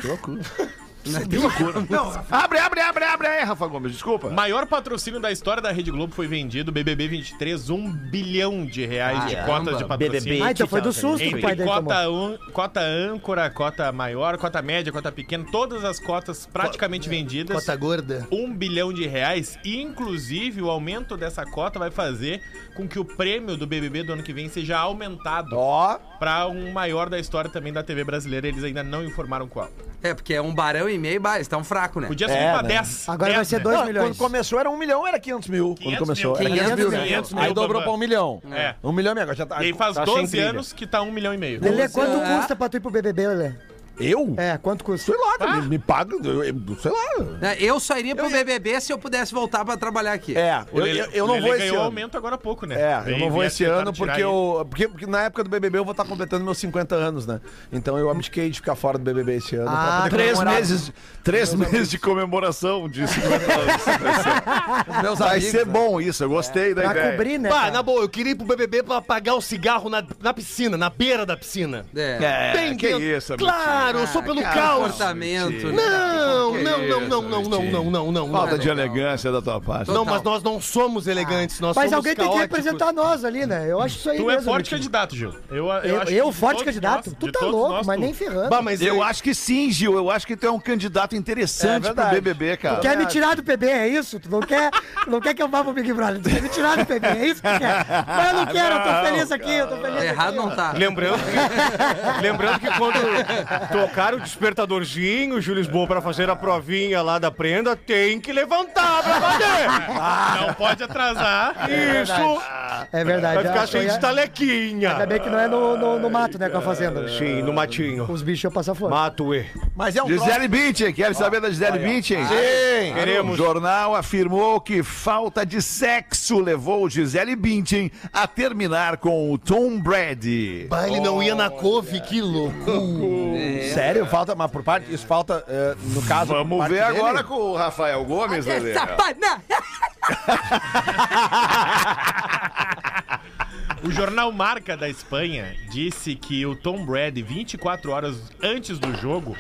Speaker 6: Abre, abre, abre, abre aí, Rafa Gomes, desculpa.
Speaker 7: Maior patrocínio da história da Rede Globo foi vendido, BBB 23, 1 bilhão de reais de
Speaker 9: Caramba.
Speaker 7: cotas de patrocínio.
Speaker 5: BBB.
Speaker 2: Ah, então foi do susto que o pai
Speaker 7: Entre
Speaker 2: dele tomou.
Speaker 7: cota, um, cota âncora, cota maior, cota média, cota pequena, todas as cotas praticamente vendidas.
Speaker 10: Cota gorda.
Speaker 7: um bilhão de reais. E, inclusive, o aumento dessa cota vai fazer com que o prêmio do BBB do ano que vem seja aumentado
Speaker 4: Ó,
Speaker 7: pra um maior da história também da TV brasileira. Eles ainda não informaram qual.
Speaker 9: É, porque é um barão e meio, bah, eles tão fraco, né?
Speaker 7: Podia ser
Speaker 4: É,
Speaker 7: uma
Speaker 4: né?
Speaker 7: 10.
Speaker 2: Agora vai ser 2
Speaker 4: Não,
Speaker 2: milhões.
Speaker 4: Quando começou era um milhão, era 500 mil. quando
Speaker 7: 500
Speaker 4: começou.
Speaker 7: mil,
Speaker 4: era
Speaker 9: 500 mil,
Speaker 7: 500 mil,
Speaker 4: Aí dobrou
Speaker 7: Bambam.
Speaker 4: pra um milhão.
Speaker 7: É.
Speaker 4: Um milhão e agora já tá.
Speaker 7: E aí faz
Speaker 4: tá
Speaker 7: 12
Speaker 4: sem trilha.
Speaker 7: anos que tá um milhão e meio.
Speaker 2: Lelê,
Speaker 9: Você-
Speaker 2: é quanto
Speaker 9: Ah.
Speaker 2: custa pra tu ir pro BBB, Lelê?
Speaker 4: Eu?
Speaker 2: É, quanto custa?
Speaker 4: Sei lá, me, me paga, eu, eu- sei lá.
Speaker 9: Né, Eu só iria pro BBB se eu pudesse voltar pra trabalhar aqui.
Speaker 4: É,
Speaker 7: O
Speaker 4: eu,
Speaker 7: Lele-
Speaker 4: eu, eu
Speaker 7: o
Speaker 4: não
Speaker 7: Lele
Speaker 4: vou esse
Speaker 7: ganhou
Speaker 4: ano.
Speaker 7: aumento agora há pouco, né?
Speaker 4: É, eu
Speaker 7: Veio-
Speaker 4: não vou
Speaker 7: vieram
Speaker 4: esse
Speaker 7: tentar
Speaker 4: ano
Speaker 7: tirar
Speaker 4: porque eu. Porque, porque na época do BBB eu vou estar completando meus 50 anos, né? Então eu abdiquei de ficar fora do BBB esse ano. pra
Speaker 3: Ah.
Speaker 4: poder
Speaker 6: Três
Speaker 4: comemorar
Speaker 6: meses, três meses de comemoração de 50 anos.
Speaker 4: com meus
Speaker 6: Vai
Speaker 4: amigos,
Speaker 6: ser
Speaker 4: né?
Speaker 6: bom isso, eu gostei da
Speaker 2: Pra
Speaker 6: ideia.
Speaker 2: cobrir, né?
Speaker 10: Pá,
Speaker 2: cara?
Speaker 10: na boa, eu queria ir pro BBB pra apagar o cigarro na, na piscina, na beira da piscina.
Speaker 9: É.
Speaker 6: É,
Speaker 10: Bem
Speaker 6: que
Speaker 10: dentro.
Speaker 6: isso, amigo.
Speaker 10: Claro, eu sou
Speaker 9: Ah,
Speaker 10: pelo
Speaker 9: que
Speaker 10: caos.
Speaker 9: Comportamento, né?
Speaker 10: Não,
Speaker 6: Que
Speaker 10: não,
Speaker 6: isso,
Speaker 10: não, não, não, não,
Speaker 6: Vitinho.
Speaker 10: não, não, não.
Speaker 4: né?
Speaker 6: Falta de
Speaker 10: não.
Speaker 6: elegância da tua parte.
Speaker 10: Não, mas
Speaker 9: Tá
Speaker 10: nós não somos elegantes, nós
Speaker 2: Mas
Speaker 10: somos
Speaker 2: alguém tem que
Speaker 10: caóticos.
Speaker 2: representar nós ali, né? Eu acho isso aí
Speaker 7: Tu é
Speaker 2: mesmo.
Speaker 7: forte
Speaker 2: Vitinho.
Speaker 7: candidato, Gil. Eu,
Speaker 2: Eu,
Speaker 7: acho
Speaker 2: eu
Speaker 7: que de
Speaker 2: forte
Speaker 7: todos
Speaker 2: candidato?
Speaker 7: nós-
Speaker 2: tu
Speaker 7: de
Speaker 2: tá
Speaker 7: todos
Speaker 2: louco,
Speaker 7: nós,
Speaker 2: mas
Speaker 7: tu.
Speaker 2: nem ferrando.
Speaker 10: Bah, mas
Speaker 6: Eu acho que sim, Gil. Eu acho que tu é um candidato interessante
Speaker 4: É
Speaker 6: pro
Speaker 4: verdade.
Speaker 6: BBB, cara.
Speaker 2: Quer me tirar do PB, é isso? Tu não quer, tu não quer que eu vá pro Big Brother? Tu quer me tirar do PB, é isso que tu quer? Mas eu não quero, eu tô feliz aqui, eu tô feliz
Speaker 9: Errado
Speaker 2: aqui.
Speaker 9: não tá.
Speaker 5: Lembrando que, lembrando que quando tocar o despertadorzinho, o Júlio Lisboa, pra fazer a provinha lá da prenda, tem que levantar pra fazer.
Speaker 7: Não pode atrasar.
Speaker 5: Isso.
Speaker 2: É verdade.
Speaker 5: Vai ficar
Speaker 2: eu-
Speaker 5: cheio
Speaker 2: eu-
Speaker 5: de
Speaker 2: Ainda
Speaker 5: talequinha.
Speaker 2: bem que não é no, no- no mato, né, com a fazenda.
Speaker 5: É, Sim, no matinho.
Speaker 2: Os bichos iam passar fome.
Speaker 5: Mato e.
Speaker 4: Mas é um troço-
Speaker 6: Gisele Bündchen, quer saber da Gisele Bündchen? Sim!
Speaker 5: Queremos.
Speaker 6: O jornal afirmou que falta de sexo levou Gisele Bündchen a terminar com o Tom Brady.
Speaker 10: Bah, ele não ia na couve, que louco.
Speaker 4: Sério, falta, mas por parte, isso falta, é, no caso. por
Speaker 6: Vamos
Speaker 4: parte
Speaker 6: ver
Speaker 4: dele?
Speaker 6: agora com o Rafael Gomes, Lelê.
Speaker 9: Sapana.
Speaker 7: O jornal Marca da Espanha disse que o Tom Brady, 24 horas antes do jogo,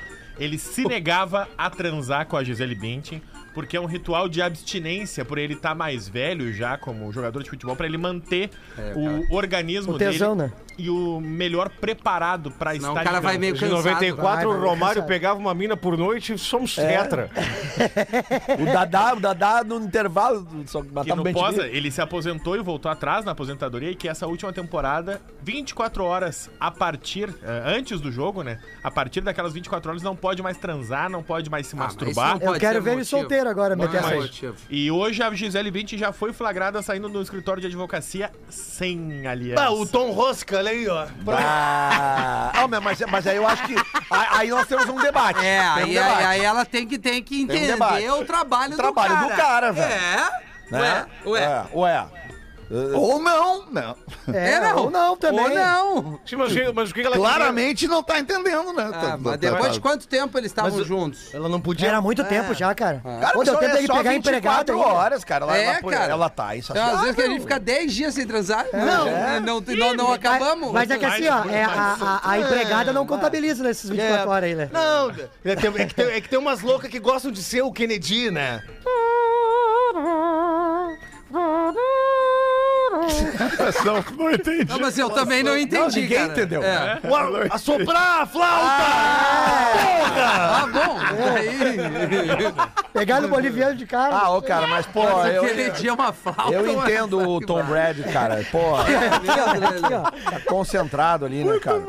Speaker 7: ele se negava a transar com a Gisele Bündchen, porque é um ritual de abstinência, por ele estar mais velho já como jogador de futebol, para ele manter o organismo
Speaker 2: É, O tesão,
Speaker 7: dele
Speaker 2: né?
Speaker 7: e o melhor preparado para estar
Speaker 9: Não, o cara
Speaker 7: de
Speaker 9: vai
Speaker 7: campo.
Speaker 9: meio
Speaker 5: Em
Speaker 9: cansado.
Speaker 5: 94,
Speaker 2: Vai,
Speaker 5: o
Speaker 2: vai,
Speaker 5: Romário
Speaker 2: cansado. É.
Speaker 5: pegava uma mina por noite e somos tetra.
Speaker 4: O Dadá, o Dadá no intervalo, só
Speaker 7: E
Speaker 4: matava o
Speaker 7: no
Speaker 4: Bem
Speaker 7: Posa, ele se aposentou e voltou atrás na aposentadoria e que essa última temporada, 24 horas a partir, eh, antes do jogo, né? A partir daquelas 24 horas não pode mais transar, não pode mais se
Speaker 9: Ah,
Speaker 5: Ah,
Speaker 9: mas
Speaker 7: masturbar.
Speaker 9: isso não
Speaker 2: Eu
Speaker 9: Pode ser
Speaker 2: quero
Speaker 9: um
Speaker 2: ver ele
Speaker 9: motivo.
Speaker 2: solteiro agora, meter
Speaker 9: Mas-
Speaker 2: essa aí.
Speaker 9: motivo.
Speaker 7: E hoje a Gisele Bündchen já foi flagrada saindo do escritório de advocacia sem aliança.
Speaker 10: Bah,
Speaker 5: Ah,
Speaker 10: o Tom Rosca, olha aí, ó.
Speaker 4: Ah, ah, mas, mas aí eu acho que. a- Aí nós temos um debate.
Speaker 9: É,
Speaker 4: Tem um
Speaker 9: aí,
Speaker 4: debate.
Speaker 9: aí, aí ela tem que, tem que
Speaker 4: Tem um
Speaker 9: entender
Speaker 4: debate.
Speaker 9: o trabalho,
Speaker 4: O trabalho
Speaker 9: do cara.
Speaker 4: do cara, velho.
Speaker 9: É?
Speaker 4: Né?
Speaker 9: Ué, ué.
Speaker 4: É, ué.
Speaker 6: Ou não, não.
Speaker 2: É, ou não também.
Speaker 9: Ou não.
Speaker 5: Sim, mas, mas o que que ela
Speaker 6: Claramente não tá entendendo, né?
Speaker 9: Ah,
Speaker 6: Tá-
Speaker 9: mas
Speaker 6: tá-
Speaker 9: depois
Speaker 6: tá-
Speaker 9: de quanto tempo eles estavam juntos?
Speaker 10: Ela não podia.
Speaker 2: Era muito tempo já, cara.
Speaker 4: Cara,
Speaker 2: Ô,
Speaker 4: mas
Speaker 2: deu
Speaker 4: olha
Speaker 2: tempo dele
Speaker 4: só,
Speaker 2: pegar
Speaker 4: 24
Speaker 2: empregado ainda.
Speaker 4: horas, cara. Ela,
Speaker 9: É,
Speaker 4: ela, pô,
Speaker 9: cara.
Speaker 4: ela tá
Speaker 9: Então, às vezes que a
Speaker 4: insaciável.
Speaker 9: gente fica 10 dias sem transar. Não, né?
Speaker 4: É.
Speaker 9: não, não, não, acabamos.
Speaker 2: É. Mas é que assim, ó,
Speaker 7: Mas-
Speaker 2: é, a, a- a empregada não contabiliza nesses 24 horas aí, né?
Speaker 10: Não, é, tem- é que tem, é que tem umas loucas que gostam de ser o Kennedy, né?
Speaker 6: Não, não entendi.
Speaker 9: Não, mas eu também não entendi.
Speaker 4: ninguém
Speaker 9: cara.
Speaker 4: entendeu.
Speaker 9: É.
Speaker 11: A soprar a flauta!
Speaker 9: Ah, bom. Daí...
Speaker 10: Pegaram o boliviano de cara.
Speaker 4: Ah, ô, cara, mas, pô,
Speaker 9: Mas
Speaker 4: É. eu,
Speaker 9: aquele dia é uma flauta.
Speaker 4: eu entendo o Tom Brady, cara. Pô, tá concentrado ali, né, cara?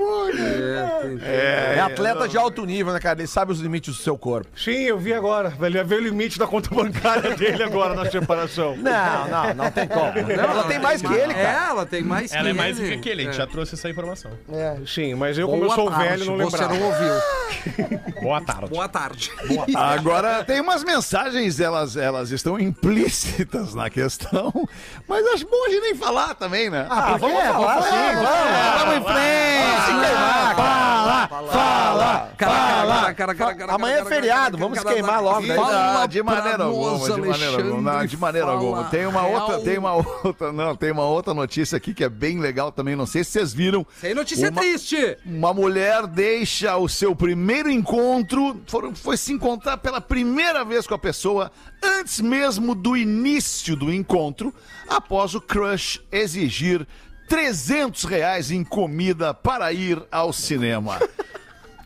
Speaker 4: É atleta de alto nível, né, cara? Ele sabe os limites do seu corpo.
Speaker 5: Sim, eu vi agora. Ele vê o limite da conta bancária dele agora na separação.
Speaker 4: Não, não, não tem como. É. Ela tem mais que ele, cara.
Speaker 9: É, ela tem mais que
Speaker 7: Ela é mais
Speaker 9: ele.
Speaker 7: rica que ele, a gente
Speaker 9: É.
Speaker 7: já trouxe essa informação.
Speaker 5: É, Sim, mas eu, como eu
Speaker 9: Boa
Speaker 5: sou um
Speaker 9: tarde,
Speaker 5: velho, não
Speaker 9: Você
Speaker 5: lembrava.
Speaker 9: não ouviu.
Speaker 7: Boa tarde.
Speaker 9: Boa tarde.
Speaker 6: Agora, tem umas mensagens, elas, elas estão implícitas na questão, mas acho bom a gente nem falar também, né? É.
Speaker 10: Ah, vamos
Speaker 2: é,
Speaker 10: falar assim,
Speaker 2: né?
Speaker 4: Vamos em frente! Fala, fala,
Speaker 9: Fala!
Speaker 4: Amanhã é feriado, vamos queimar logo, daí
Speaker 6: Não,
Speaker 9: Fala
Speaker 6: Ah, de maneira
Speaker 9: pra
Speaker 6: alguma,
Speaker 9: nós,
Speaker 6: de maneira
Speaker 9: Alexandre,
Speaker 6: alguma. Não, de maneira
Speaker 9: fala
Speaker 6: alguma. Tem uma outra,
Speaker 9: real.
Speaker 6: tem uma outra, não, tem uma outra notícia aqui que é bem legal também, não sei se vocês viram.
Speaker 9: Sem notícia
Speaker 6: Uma-
Speaker 9: triste.
Speaker 6: Uma mulher deixa o seu primeiro encontro, foram- foi se encontrar pela primeira vez com a pessoa antes mesmo do início do encontro, após o crush exigir 300 reais em comida para ir ao cinema.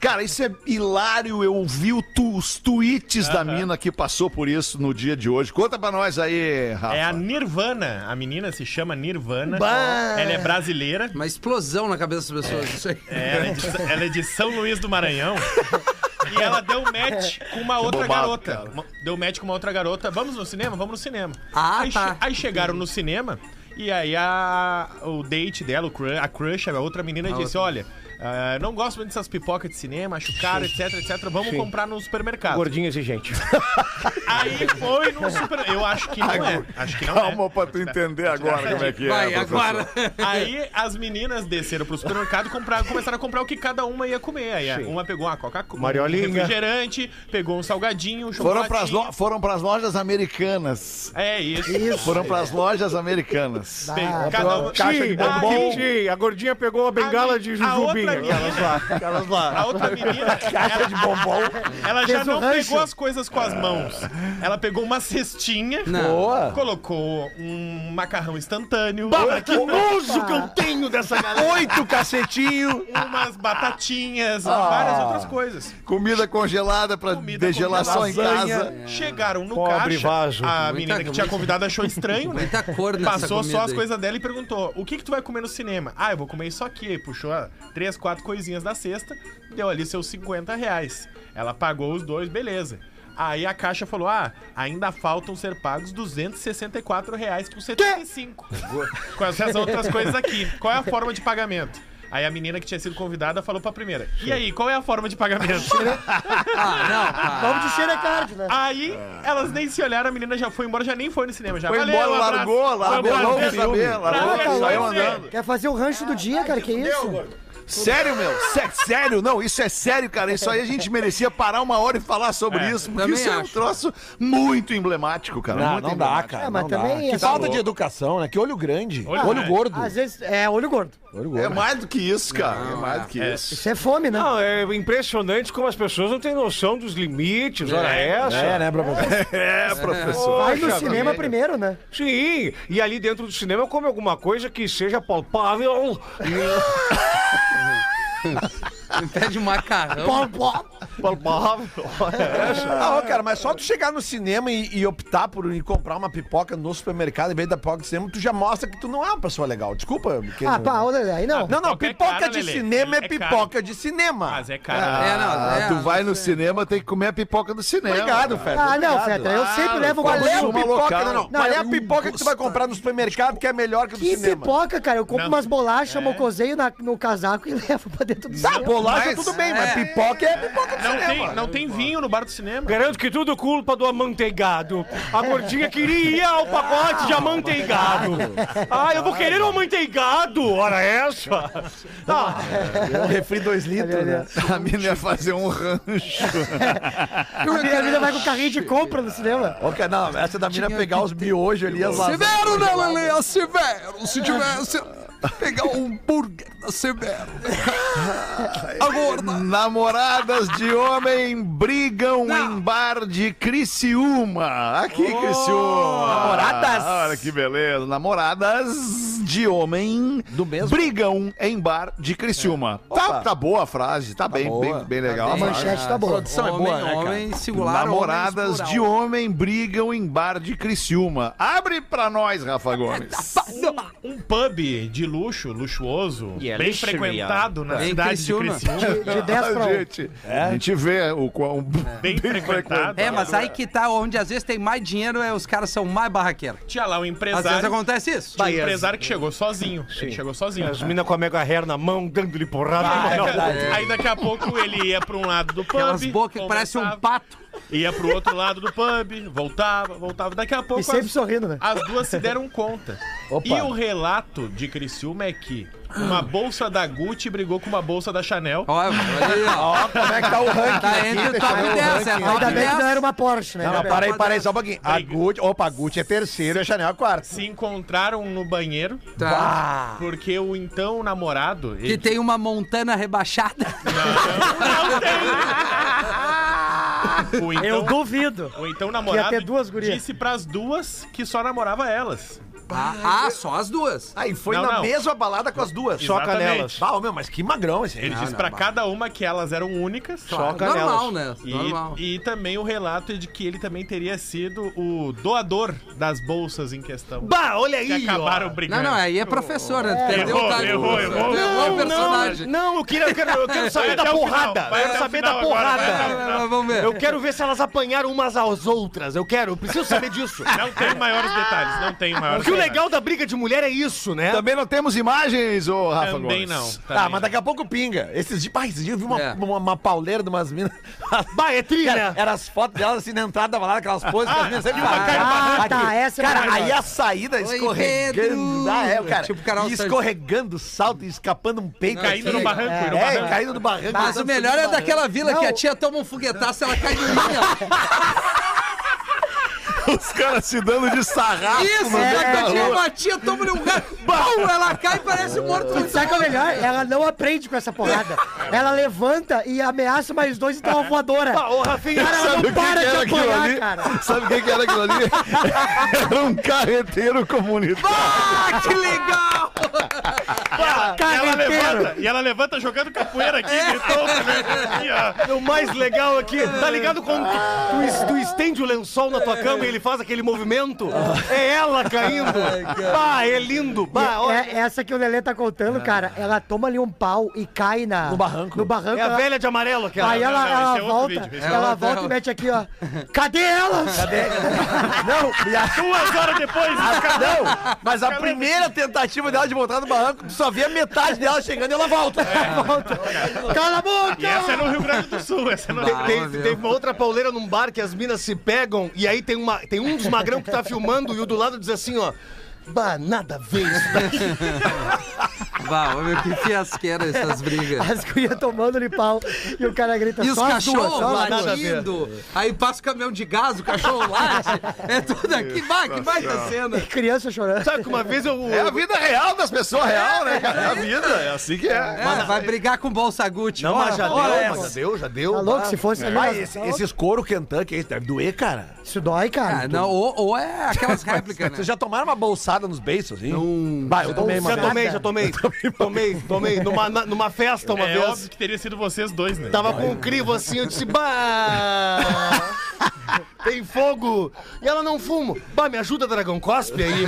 Speaker 6: Cara, isso é hilário. Eu vi o tu- os tweets da mina que passou por isso no dia de hoje. Conta pra nós aí, Rafa.
Speaker 7: É a Nirvana. A menina se chama Nirvana. Ela é brasileira.
Speaker 9: Uma explosão na cabeça das pessoas, isso aí.
Speaker 7: É, Ela é de, ela é de São Luís do Maranhão. E ela deu match com uma outra
Speaker 6: bobado,
Speaker 7: garota.
Speaker 6: cara.
Speaker 7: Uma- Deu match com uma outra garota. Vamos no cinema? Vamos no cinema.
Speaker 9: Ah,
Speaker 7: aí,
Speaker 9: tá.
Speaker 7: che- aí chegaram no cinema e aí a, o date dela, o cru- a crush, a outra menina disse, olha, ah, não gosto muito dessas pipocas de cinema, acho caro, etc, etc. Vamos comprar no supermercado.
Speaker 11: Gordinho exigente.
Speaker 7: Aí foi no supermercado. Eu acho que não é. Acho que não é.
Speaker 6: Calma pra tu entender agora como é que é.
Speaker 9: Vai,
Speaker 6: professor.
Speaker 9: agora.
Speaker 7: Aí as meninas desceram pro supermercado e compraram- começaram a comprar o que cada uma ia comer. Aí uma pegou uma Coca-Cola, um
Speaker 5: Mariolinha.
Speaker 7: refrigerante, pegou um salgadinho, um
Speaker 6: Foram pras,
Speaker 7: chocolatinho.
Speaker 6: lo- foram pras lojas americanas.
Speaker 7: É isso.
Speaker 6: Foram pras lojas americanas.
Speaker 7: Pe- cada um- uma...
Speaker 5: Sim, a, gordinha, a gordinha pegou a bengala de
Speaker 7: a outra
Speaker 5: jujubinha.
Speaker 7: menina-
Speaker 5: Aquelas lá, aquelas lá.
Speaker 7: A outra menina, ela,
Speaker 4: bombom.
Speaker 7: ela já
Speaker 10: Fez o
Speaker 7: não
Speaker 10: rancho.
Speaker 7: pegou as coisas com as mãos. Ela pegou uma cestinha,
Speaker 9: Não.
Speaker 4: Boa!
Speaker 7: colocou um macarrão instantâneo,
Speaker 5: Olha que nojo que eu tenho dessa galera.
Speaker 4: Oito cacetinho!
Speaker 7: umas batatinhas,
Speaker 5: Ah.
Speaker 7: várias outras coisas.
Speaker 6: Comida congelada pra
Speaker 7: comida
Speaker 6: degelação em
Speaker 7: congelada.
Speaker 6: casa.
Speaker 7: É. Chegaram no
Speaker 5: Pobre
Speaker 7: caixa,
Speaker 5: vaso.
Speaker 7: a
Speaker 9: Muita-
Speaker 7: menina que tinha
Speaker 9: muita-
Speaker 7: convidado achou estranho, né?
Speaker 9: Muita cor nessa
Speaker 7: Passou
Speaker 9: comida
Speaker 7: só as
Speaker 9: aí.
Speaker 7: coisas dela e perguntou: o que, que tu vai comer no cinema? Ah, eu vou comer isso aqui. Puxou ah, três, quatro coisinhas da cesta, deu ali seus 50 reais. Ela pagou os dois, beleza. Aí a caixa falou: ah, ainda faltam ser pagos 264 reais com 75. com essas outras coisas aqui. Qual é a forma de pagamento? Aí a menina que tinha sido convidada falou pra primeira: E aí, qual é a forma de pagamento?
Speaker 9: Ah, não, cara.
Speaker 10: Vamos de Xerecard, né?
Speaker 7: Ah, Aí elas nem se olharam, a menina já foi embora, já nem foi no cinema. Já
Speaker 6: Foi
Speaker 7: Valeu,
Speaker 6: embora,
Speaker 7: abraço. Foi Tá,
Speaker 6: largou,
Speaker 7: um
Speaker 6: largou, não
Speaker 7: prazer.
Speaker 6: quis saber, largou,
Speaker 7: Prazer,
Speaker 6: saiu
Speaker 7: prazer.
Speaker 6: andando.
Speaker 10: Quer fazer o rancho do dia, cara? Que isso?
Speaker 6: Sério, meu? Sé- sério? Não, isso é sério, cara. Isso aí a gente merecia parar uma hora e falar sobre isso, porque
Speaker 9: também
Speaker 6: isso é um
Speaker 9: acho.
Speaker 6: troço muito emblemático, cara.
Speaker 4: Não,
Speaker 6: muito
Speaker 4: Ah, não dá,
Speaker 6: emblemático.
Speaker 4: cara.
Speaker 10: É, mas
Speaker 4: não
Speaker 10: também
Speaker 4: dá.
Speaker 10: é
Speaker 4: Que falta
Speaker 10: louco.
Speaker 4: de educação, né? Que olho grande.
Speaker 7: Olho
Speaker 4: Olho,
Speaker 7: grande.
Speaker 4: gordo.
Speaker 10: Às vezes, é, olho gordo.
Speaker 4: Olho
Speaker 6: É
Speaker 4: gordo.
Speaker 6: mais do que isso, cara. é mais do que isso.
Speaker 10: Isso é fome, né?
Speaker 5: Não, é impressionante como as pessoas não têm noção dos limites, hora essa.
Speaker 4: É, né, professor?
Speaker 6: É, professor.
Speaker 10: Vai no
Speaker 5: Poxa,
Speaker 10: cinema
Speaker 5: também.
Speaker 10: primeiro, né?
Speaker 5: Sim, e ali dentro do cinema come alguma coisa que seja palpável.
Speaker 9: Pede um macarrão.
Speaker 5: palpável.
Speaker 4: Ah, ô, cara, mas só tu chegar no cinema e, e optar por ir comprar uma pipoca no supermercado em vez da pipoca de cinema, tu já mostra que tu não é uma pessoa legal. Desculpa. porque-
Speaker 10: Ah, pá, olha aí, não.
Speaker 4: Não, não,
Speaker 7: Pipoca é
Speaker 4: pipoca
Speaker 7: cara,
Speaker 4: de
Speaker 7: Lelê.
Speaker 4: cinema é,
Speaker 7: É
Speaker 4: pipoca
Speaker 7: cara.
Speaker 4: de cinema.
Speaker 7: Mas é cara.
Speaker 9: É, não,
Speaker 6: Ah,
Speaker 9: é,
Speaker 6: tu
Speaker 9: não
Speaker 6: vai no cinema, tem que comer a pipoca do cinema.
Speaker 4: Obrigado, Feta.
Speaker 10: Ah, não,
Speaker 4: obrigado.
Speaker 10: Fetra, eu sempre levo
Speaker 4: Qual é a
Speaker 10: bagulho.
Speaker 6: Consuma
Speaker 4: pipoca?
Speaker 6: local.
Speaker 4: Não, não.
Speaker 10: Não,
Speaker 4: Qual é a
Speaker 10: eu-
Speaker 4: pipoca que tu vai comprar no supermercado que é melhor que a do
Speaker 10: Que
Speaker 4: cinema?
Speaker 10: pipoca, cara. Eu compro
Speaker 7: Não.
Speaker 10: umas bolachas, mocoseio na- no casaco e levo pra dentro do
Speaker 4: Tá,
Speaker 10: cinema.
Speaker 4: bolacha
Speaker 6: Mas-
Speaker 4: tudo bem, mas
Speaker 9: é.
Speaker 4: pipoca é pipoca do
Speaker 7: Não
Speaker 4: cinema.
Speaker 7: tem, não tem vinho no bar do cinema.
Speaker 5: Garanto que tudo culpa do amanteigado. A gordinha queria o pacote de amanteigado. Ah, eu vou querer um amanteigado, hora essa. Ah,
Speaker 4: Um refri 2 litros, né?
Speaker 6: A mina ia fazer um rancho.
Speaker 10: A minha vida vai com carrinho de compra no cinema.
Speaker 4: Ô, cara, não, essa da mina pegar os miojos ali, as lasanhas.
Speaker 9: Severo, né, Lelê? A Severo. Se tivesse pegar um hambúrguer da Severo. A gorda.
Speaker 6: Namoradas de homem brigam
Speaker 9: Não.
Speaker 6: em bar de Criciúma. Aqui, Criciúma. Namoradas. Olha que beleza. Namoradas
Speaker 3: de homem
Speaker 4: Do mesmo?
Speaker 3: brigam em bar de Criciúma. Tá, tá boa a frase, tá, bem,
Speaker 4: boa.
Speaker 3: bem, bem legal.
Speaker 6: A
Speaker 3: a frase.
Speaker 6: manchete tá boa.
Speaker 4: Produção é boa, né, cara?
Speaker 9: homem singular,
Speaker 3: Namoradas
Speaker 9: homens
Speaker 3: de
Speaker 9: plural.
Speaker 3: homem brigam em bar de Criciúma. Abre pra nós, Rafa Gomes.
Speaker 7: Um pub de luxo, luxuoso,
Speaker 5: Yeah,
Speaker 7: bem
Speaker 5: luxury,
Speaker 7: frequentado na
Speaker 9: Em
Speaker 7: cidade
Speaker 9: é Criciúma.
Speaker 7: de Criciúma.
Speaker 6: De 10 pra 1.
Speaker 3: gente, A gente vê o quão
Speaker 7: Bem frequentado.
Speaker 9: É, mas aí que tá, onde às vezes tem mais dinheiro, é, os caras são mais barraqueiros.
Speaker 7: Tinha lá um
Speaker 9: Às vezes
Speaker 7: empresário.
Speaker 9: acontece isso.
Speaker 7: Tinha um empresário que chegou sozinho. Ele chegou sozinho.
Speaker 8: As minas com a Mega Hair na mão, dando-lhe porrada.
Speaker 7: Aí
Speaker 8: Não,
Speaker 7: daqui a- Aí daqui a pouco ele ia pra um lado do pub.
Speaker 9: Aquelas bocas que parecem um
Speaker 7: conversava,
Speaker 9: pato.
Speaker 7: Ia pro outro lado do pub, voltava, voltava. Daqui a pouco
Speaker 6: E sempre
Speaker 7: as-
Speaker 6: sorrindo, né?
Speaker 7: As duas se deram conta. E o relato de Criciúma é que uma bolsa da Gucci brigou com uma bolsa da Chanel.
Speaker 9: Ó, olha aí, ó.
Speaker 4: Como é que tá o ranking?
Speaker 9: Tá entre o top 10, é top
Speaker 6: Ainda bem que não
Speaker 9: 10.
Speaker 6: era uma Porsche, né?
Speaker 4: Não, não, para aí, para aí, só um pouquinho. A
Speaker 7: Briga.
Speaker 4: Gucci, opa, a Gucci é terceiro e a Chanel é quarto.
Speaker 7: Se encontraram no banheiro,
Speaker 9: Tá.
Speaker 6: Ah.
Speaker 7: porque o então namorado.
Speaker 9: Que
Speaker 7: Ele...
Speaker 9: tem uma montana rebaixada.
Speaker 7: O
Speaker 6: Eu
Speaker 7: então,
Speaker 6: duvido.
Speaker 7: o então namorado
Speaker 6: ter duas gurias.
Speaker 7: disse pras duas que só namorava elas.
Speaker 9: Ah, ah, só as duas.
Speaker 4: Aí foi
Speaker 7: Não,
Speaker 4: na
Speaker 7: não.
Speaker 4: mesma balada com as duas.
Speaker 7: Choca
Speaker 4: Exatamente.
Speaker 7: nelas.
Speaker 4: Ah, meu, mas que magrão esse aí.
Speaker 6: Ah,
Speaker 7: Ele disse pra cada uma que elas eram únicas.
Speaker 9: Normal, né?
Speaker 7: E-
Speaker 9: Normal.
Speaker 7: E, também o relato é de que ele também teria sido o doador das bolsas em questão.
Speaker 5: Bah, olha
Speaker 7: que
Speaker 5: aí,
Speaker 7: acabaram brigando.
Speaker 9: Não, não, aí é professora. Perdeu
Speaker 7: errou,
Speaker 9: o time.
Speaker 7: errou, errou.
Speaker 9: Errou o personagem.
Speaker 5: Não, não, eu quero, eu quero, eu quero
Speaker 7: Vai
Speaker 5: saber
Speaker 7: até
Speaker 5: da
Speaker 7: o
Speaker 5: porrada.
Speaker 7: final, vai
Speaker 5: eu quero
Speaker 7: até o
Speaker 5: saber
Speaker 7: final
Speaker 5: da
Speaker 7: agora,
Speaker 5: porrada.
Speaker 7: vai até o
Speaker 9: Ah, Vamos ver.
Speaker 5: Eu quero ver se elas apanharam umas às outras. Eu quero, eu preciso saber disso.
Speaker 7: Não tem maiores detalhes, não tem maiores
Speaker 5: Porque o
Speaker 7: detalhes.
Speaker 5: legal da briga de mulher é isso, né?
Speaker 3: Também não temos imagens, ô Rafa
Speaker 7: Também
Speaker 3: Gomes.
Speaker 7: não.
Speaker 4: Ah, mas daqui a pouco pinga. Esses dias, pá, esses dias eu vi uma,
Speaker 9: É.
Speaker 4: uma, uma pauleira de umas minas.
Speaker 5: Bah, é tri,
Speaker 4: Cara,
Speaker 5: né?
Speaker 4: era as fotos delas assim na entrada da balada, aquelas poses que as minas sempre fazem.
Speaker 6: Ah, tá, essa é
Speaker 4: Cara,
Speaker 6: maravilhosa.
Speaker 4: aí a saída escorregando.
Speaker 9: Pedro!
Speaker 4: Ah, é, cara.
Speaker 9: Tipo Carol
Speaker 4: e
Speaker 9: Sanches.
Speaker 4: escorregando, salto e escapando um peito.
Speaker 7: Caindo no
Speaker 4: assim.
Speaker 7: barranco, e no
Speaker 4: É,
Speaker 7: barranco.
Speaker 4: caindo do barranco.
Speaker 9: Mas o melhor é daquela vila que a tia toma um foguetaço e ela cai de linha.
Speaker 6: é.
Speaker 3: Os caras se dando de sarrafo
Speaker 9: Isso,
Speaker 3: no meio
Speaker 9: é,
Speaker 3: da
Speaker 9: a tia,
Speaker 3: rua.
Speaker 9: uma tia toma num lugar. Bum, ela cai e parece um morto.
Speaker 6: E Sabe o que é o melhor? Ela não aprende com essa porrada. Ela levanta e ameaça mais dois e dá uma voadora.
Speaker 5: Ô, Rafinha,
Speaker 6: Cara, ela
Speaker 3: Sabe
Speaker 6: não
Speaker 3: o que, que
Speaker 6: para de
Speaker 3: era aquilo
Speaker 6: apanhar,
Speaker 3: ali?
Speaker 6: cara.
Speaker 3: Sabe o que, que era aquilo ali? Era um carreteiro comunitário.
Speaker 9: Ah, que legal!
Speaker 7: E ela
Speaker 6: Carreteiro.
Speaker 7: levanta, e ela levanta jogando capoeira aqui, gritou
Speaker 5: né?
Speaker 7: também. Aqui, ó.
Speaker 5: o mais legal aqui,
Speaker 12: É.
Speaker 5: tá ligado quando tu, tu es- tu estende o lençol na tua cama e ele faz aquele movimento?
Speaker 12: Ah.
Speaker 5: É ela caindo. Bah, é lindo. Bah,
Speaker 6: E
Speaker 5: olha.
Speaker 6: é- essa que o Lelê tá
Speaker 5: É.
Speaker 6: contando, cara, ela toma ali um pau e cai na, no barranco. No barranco
Speaker 5: É a
Speaker 6: ela-
Speaker 5: velha de amarelo aquela.
Speaker 6: Aí ela,
Speaker 7: não, não,
Speaker 6: ela
Speaker 7: esse é outro
Speaker 6: volta,
Speaker 7: vídeo, esse é
Speaker 6: ela
Speaker 9: outro.
Speaker 6: volta e mete aqui, ó. Cadê elas?
Speaker 4: Não, e a
Speaker 7: Duas horas depois,
Speaker 4: Não, mas a primeira tentativa dela de voltar no barranco, tu só vê a metade dela chegando e ela volta.
Speaker 6: Cala a boca!
Speaker 7: E essa é no Rio Grande do Sul, essa é no
Speaker 9: Bah.
Speaker 5: Tem,
Speaker 9: Óbvio.
Speaker 5: tem uma outra pauleira num bar que as minas se pegam e aí tem, uma, tem um dos magrão que tá filmando e o do lado diz assim, ó. Bah, nada a ver isso daqui.
Speaker 9: Bah, meu, que fiasqueira essas brigas.
Speaker 6: As curias tomando-lhe pau e o cara grita
Speaker 9: E os
Speaker 6: só as duas,
Speaker 9: cachorros
Speaker 6: só as duas.
Speaker 9: latindo, aí passa o caminhão de gás, o cachorro late, é tudo aqui, bah, que baita cena.
Speaker 6: Criança chorando.
Speaker 5: Sabe que uma vez eu.
Speaker 3: É a vida real das pessoas real, né, cara? É a vida, é assim que é.
Speaker 9: É, vai brigar com o Bolsa Gucci.
Speaker 5: Não,
Speaker 9: bora,
Speaker 5: mas já
Speaker 9: bora É,
Speaker 5: deu,
Speaker 9: essa.
Speaker 5: mas já deu, já deu.
Speaker 6: Tá louco? Se fosse ali,
Speaker 4: Mas
Speaker 6: nas-
Speaker 4: esse- esses couro Kentucky aí deve doer, cara.
Speaker 6: Isso dói, cara.
Speaker 9: Ah, não, ou, ou é aquelas réplicas, né?
Speaker 4: Vocês já tomaram uma bolsada nos beiços, hein? Vai, eu tomei uma
Speaker 5: Já
Speaker 4: vez.
Speaker 5: tomei, já tomei. Tomei, tomei. Numa, na- numa festa uma
Speaker 7: é
Speaker 5: vez.
Speaker 7: óbvio que teria sido vocês dois, né?
Speaker 5: Tava com um crivo assim, eu disse, bah! Tem fogo! E ela não fumo. Bah, me ajuda, dragão, cospe aí.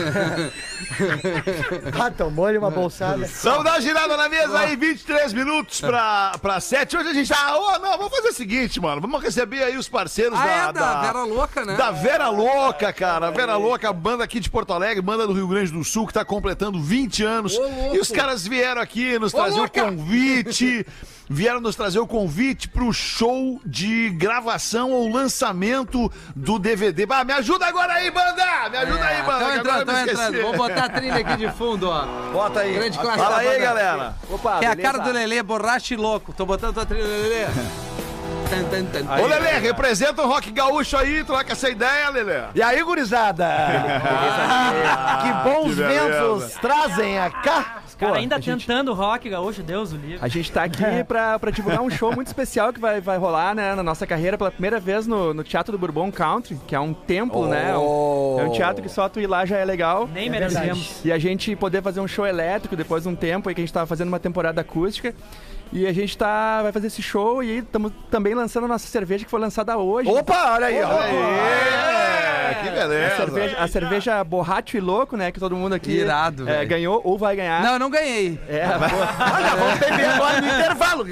Speaker 6: Ah, tomou-lhe uma bolsada.
Speaker 3: Vamos dar uma girada na mesa aí, 23 minutos pra, pra 7. Hoje a gente tá. Ô, não, vamos fazer o seguinte, mano. Vamos receber aí os parceiros da,
Speaker 9: Ah, é, da
Speaker 3: da-
Speaker 9: Vera Louca, né?
Speaker 3: Da Vera Louca, cara. Vera Louca, banda aqui de Porto Alegre, banda do Rio Grande do Sul, que tá completando 20 anos.
Speaker 9: Ô, louco.
Speaker 3: e os caras vieram aqui nos trazer o
Speaker 9: louca.
Speaker 3: convite. Vieram nos trazer o convite pro show de gravação ou lançamento do DVD. Ah, me ajuda agora aí, banda! Me ajuda aí, banda!
Speaker 9: Estão
Speaker 3: que
Speaker 9: Então É, entrando,
Speaker 3: agora eu
Speaker 9: estão
Speaker 3: me esqueci.
Speaker 9: entrando. Vou botar a trilha aqui de fundo, ó.
Speaker 4: Bota aí.
Speaker 9: Grande classe
Speaker 3: Fala
Speaker 9: da
Speaker 3: aí,
Speaker 9: banda.
Speaker 3: galera.
Speaker 4: Opa,
Speaker 9: É a cara do Lelê, borracha e louco. Tô botando tua trilha, Lelê.
Speaker 6: Ô, Lelê, representa o rock gaúcho aí, troca essa ideia, Lelê.
Speaker 12: E aí,
Speaker 6: É.
Speaker 12: gurizada?
Speaker 6: Ah, que bons ventos.
Speaker 12: Trazem a cá.
Speaker 7: Cara, ainda tentando rock gaúcho, Deus o livre. É.
Speaker 10: A gente tá aqui pra, pra divulgar um show muito especial que vai, vai rolar né, na nossa carreira pela primeira vez no, no Teatro do Bourbon Country, que é um templo, né? Um- é um teatro que só tu ir lá já é legal.
Speaker 7: Nem merecemos.
Speaker 10: E a gente poder fazer um show elétrico depois de um tempo aí que a gente tava fazendo uma temporada acústica. E a gente tá, vai fazer esse show e estamos também lançando a nossa cerveja que foi lançada hoje.
Speaker 12: Opa, olha aí, ó.
Speaker 6: É, que
Speaker 10: A
Speaker 6: beleza.
Speaker 10: cerveja, a cerveja Borracho e Louco, né? Que todo mundo aqui
Speaker 9: Irado,
Speaker 10: é,
Speaker 9: velho.
Speaker 10: ganhou ou vai ganhar.
Speaker 9: Não, eu não ganhei.
Speaker 10: É, boa.
Speaker 12: Olha, vamos beber agora no intervalo.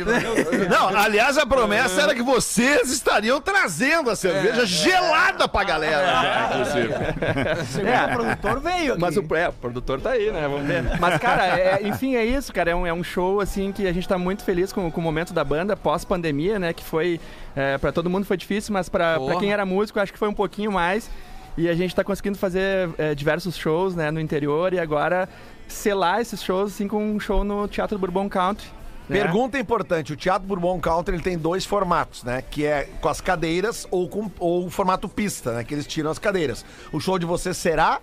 Speaker 6: Não, aliás, a promessa era que vocês estariam trazendo a cerveja gelada pra galera. inclusive.
Speaker 10: É, o produtor veio aqui. Mas o, é, o produtor tá aí, né? Vamos ver. Mas, cara, é- enfim, é isso, cara. É um, é um show, assim, que a gente tá muito feliz com, com o momento da banda pós-pandemia, né? Que foi... É, pra todo mundo foi difícil, mas pra, pra
Speaker 9: Porra.
Speaker 10: quem era músico, acho que foi um pouquinho mais. E a gente tá conseguindo fazer é, diversos shows, né? No interior e agora selar esses shows, assim, com um show no Teatro do Bourbon Country.
Speaker 4: É.
Speaker 10: né?
Speaker 12: Pergunta importante: o Teatro Bourbon Country ele tem dois formatos, né? Que é com as cadeiras ou com ou o formato pista, né? Que eles tiram as cadeiras. O show de vocês será